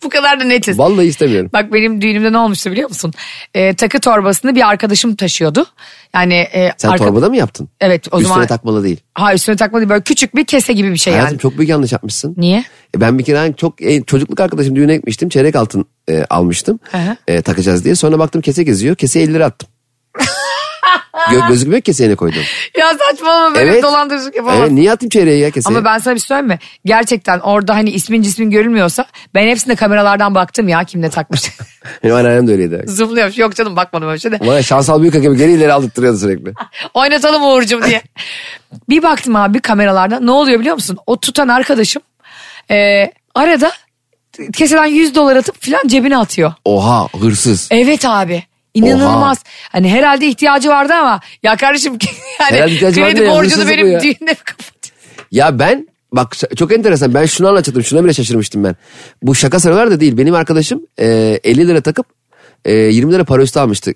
Speaker 2: Bu kadar da netiz.
Speaker 3: Vallahi istemiyorum.
Speaker 2: Bak benim düğünümde ne olmuştu biliyor musun? Ee, takı torbasını bir arkadaşım taşıyordu. Yani e,
Speaker 3: Sen
Speaker 2: arka-
Speaker 3: torbada mı yaptın?
Speaker 2: Evet o
Speaker 3: Üstüne
Speaker 2: zaman.
Speaker 3: takmalı değil.
Speaker 2: ha üstüne takma değil, böyle küçük bir kese gibi bir şey
Speaker 3: Hayatım
Speaker 2: yani.
Speaker 3: çok büyük yanlış yapmışsın.
Speaker 2: Niye?
Speaker 3: E, Ben bir kere hani çok e, çocukluk arkadaşım düğüne gitmiştim. Çeyrek altın e, almıştım.
Speaker 2: Aha.
Speaker 3: E, takacağız diye. Sonra baktım kese geziyor. Keseye 50 lira attım.
Speaker 2: (laughs)
Speaker 3: Gö- gözükmüyor ki keseye ne koydum.
Speaker 2: Ya saçmalama böyle dolandırıcılık yapamazsın.
Speaker 3: Evet, niye attım çeyreği ya keseye?
Speaker 2: Ama ben sana bir şey söyleyeyim mi? Gerçekten orada hani ismin cismin görülmüyorsa ben hepsinde kameralardan baktım ya kim ne takmış. (laughs)
Speaker 3: Benim anneannem de öyleydi.
Speaker 2: Zıplıyormuş. Yok canım bakmadım öyle bir şey de.
Speaker 3: Bana şansal büyük hakemi geri ileri
Speaker 2: (laughs)
Speaker 3: aldırtıyordu sürekli.
Speaker 2: Oynatalım Uğur'cum
Speaker 3: (laughs)
Speaker 2: diye. bir baktım abi kameralarda ne oluyor biliyor musun? O tutan arkadaşım e, arada keseden 100 dolar atıp filan cebine atıyor.
Speaker 3: Oha hırsız.
Speaker 2: Evet abi. İnanılmaz. Hani herhalde ihtiyacı vardı ama ya kardeşim (laughs)
Speaker 3: Herhalde
Speaker 2: yani
Speaker 3: ihtiyacı vardı
Speaker 2: kredi
Speaker 3: ya,
Speaker 2: borcunu
Speaker 3: hırsızlık bu
Speaker 2: benim
Speaker 3: ya.
Speaker 2: düğünde mi kapatacağım?
Speaker 3: Ya ben bak ş- çok enteresan ben şunu anlatacaktım şuna bile şaşırmıştım ben. Bu şaka sarılar da değil benim arkadaşım e, 50 lira takıp e, 20 lira para üstü almıştı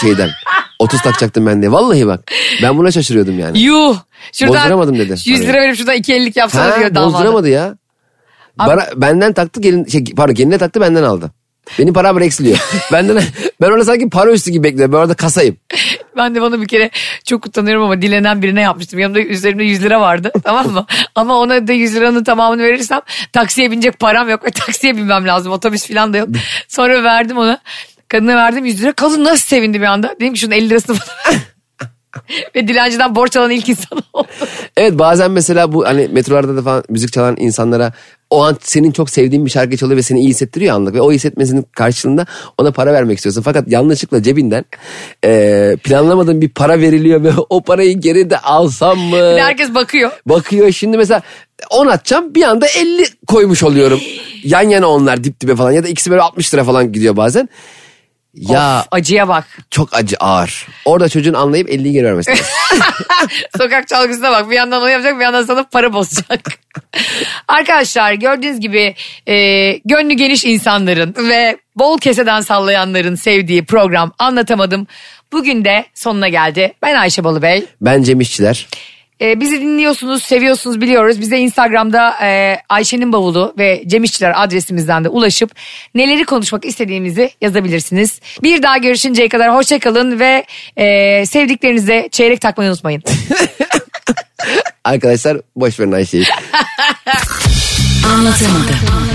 Speaker 3: şeyden. 30 takacaktım ben diye. Vallahi bak. Ben buna şaşırıyordum yani.
Speaker 2: Yuh. Şuradan
Speaker 3: Bozduramadım dedi.
Speaker 2: 100 lira
Speaker 3: Parayı.
Speaker 2: verip şuradan 2.50'lik yapsana
Speaker 3: Ha,
Speaker 2: diyor damadı.
Speaker 3: bozduramadı ya. Bana, benden taktı gelin şey, pardon geline taktı benden aldı. Benim para haber eksiliyor. benden, ben orada sanki para üstü gibi bekliyorum. Ben orada kasayım.
Speaker 2: Ben de bana bir kere çok utanıyorum ama dilenen birine yapmıştım. Yanımda üzerimde 100 lira vardı (laughs) tamam mı? Ama ona da 100 liranın tamamını verirsem taksiye binecek param yok. (laughs) ve Taksiye binmem lazım otobüs falan
Speaker 3: (laughs)
Speaker 2: da yok. Sonra verdim ona. Kadına verdim 100 lira. Kadın nasıl sevindi bir anda. Dedim ki şunun 50 lirasını
Speaker 3: (laughs)
Speaker 2: bana ver. Ve dilenciden borç alan ilk insan (laughs) oldu.
Speaker 3: Evet bazen mesela bu hani metrolarda da falan müzik çalan insanlara o an senin çok sevdiğin bir şarkı çalıyor ve seni iyi hissettiriyor anlık. Ve o hissetmesinin karşılığında ona para vermek istiyorsun. Fakat yanlışlıkla cebinden eee planlamadığın bir para veriliyor ve (laughs) o parayı geri de alsam mı?
Speaker 2: Bir de herkes bakıyor.
Speaker 3: Bakıyor şimdi mesela 10 atacağım bir anda 50 koymuş oluyorum. Yan yana onlar dip dibe falan ya da ikisi böyle 60 lira falan gidiyor bazen. Ya
Speaker 2: Of, acıya bak.
Speaker 3: çok acı ağır. Orada çocuğun anlayıp 50'yi geri vermesi lazım.
Speaker 2: Sokak çalgısına bak. Bir yandan onu yapacak bir yandan sana para bozacak. (laughs) Arkadaşlar gördüğünüz gibi e, gönlü geniş insanların ve bol keseden sallayanların sevdiği program anlatamadım. Bugün de sonuna geldi. Ben Ayşe Balıbey.
Speaker 3: Ben Cem İşçiler.
Speaker 2: E, bizi dinliyorsunuz, seviyorsunuz biliyoruz. Bize Instagram'da e, Ayşe'nin bavulu ve Cem İşçiler adresimizden de ulaşıp neleri konuşmak istediğimizi yazabilirsiniz. Bir daha görüşünceye kadar hoşçakalın ve e, sevdiklerinize çeyrek takmayı unutmayın.
Speaker 3: Arkadaşlar boş verin Ayşe'yi.
Speaker 4: Anlatamadım.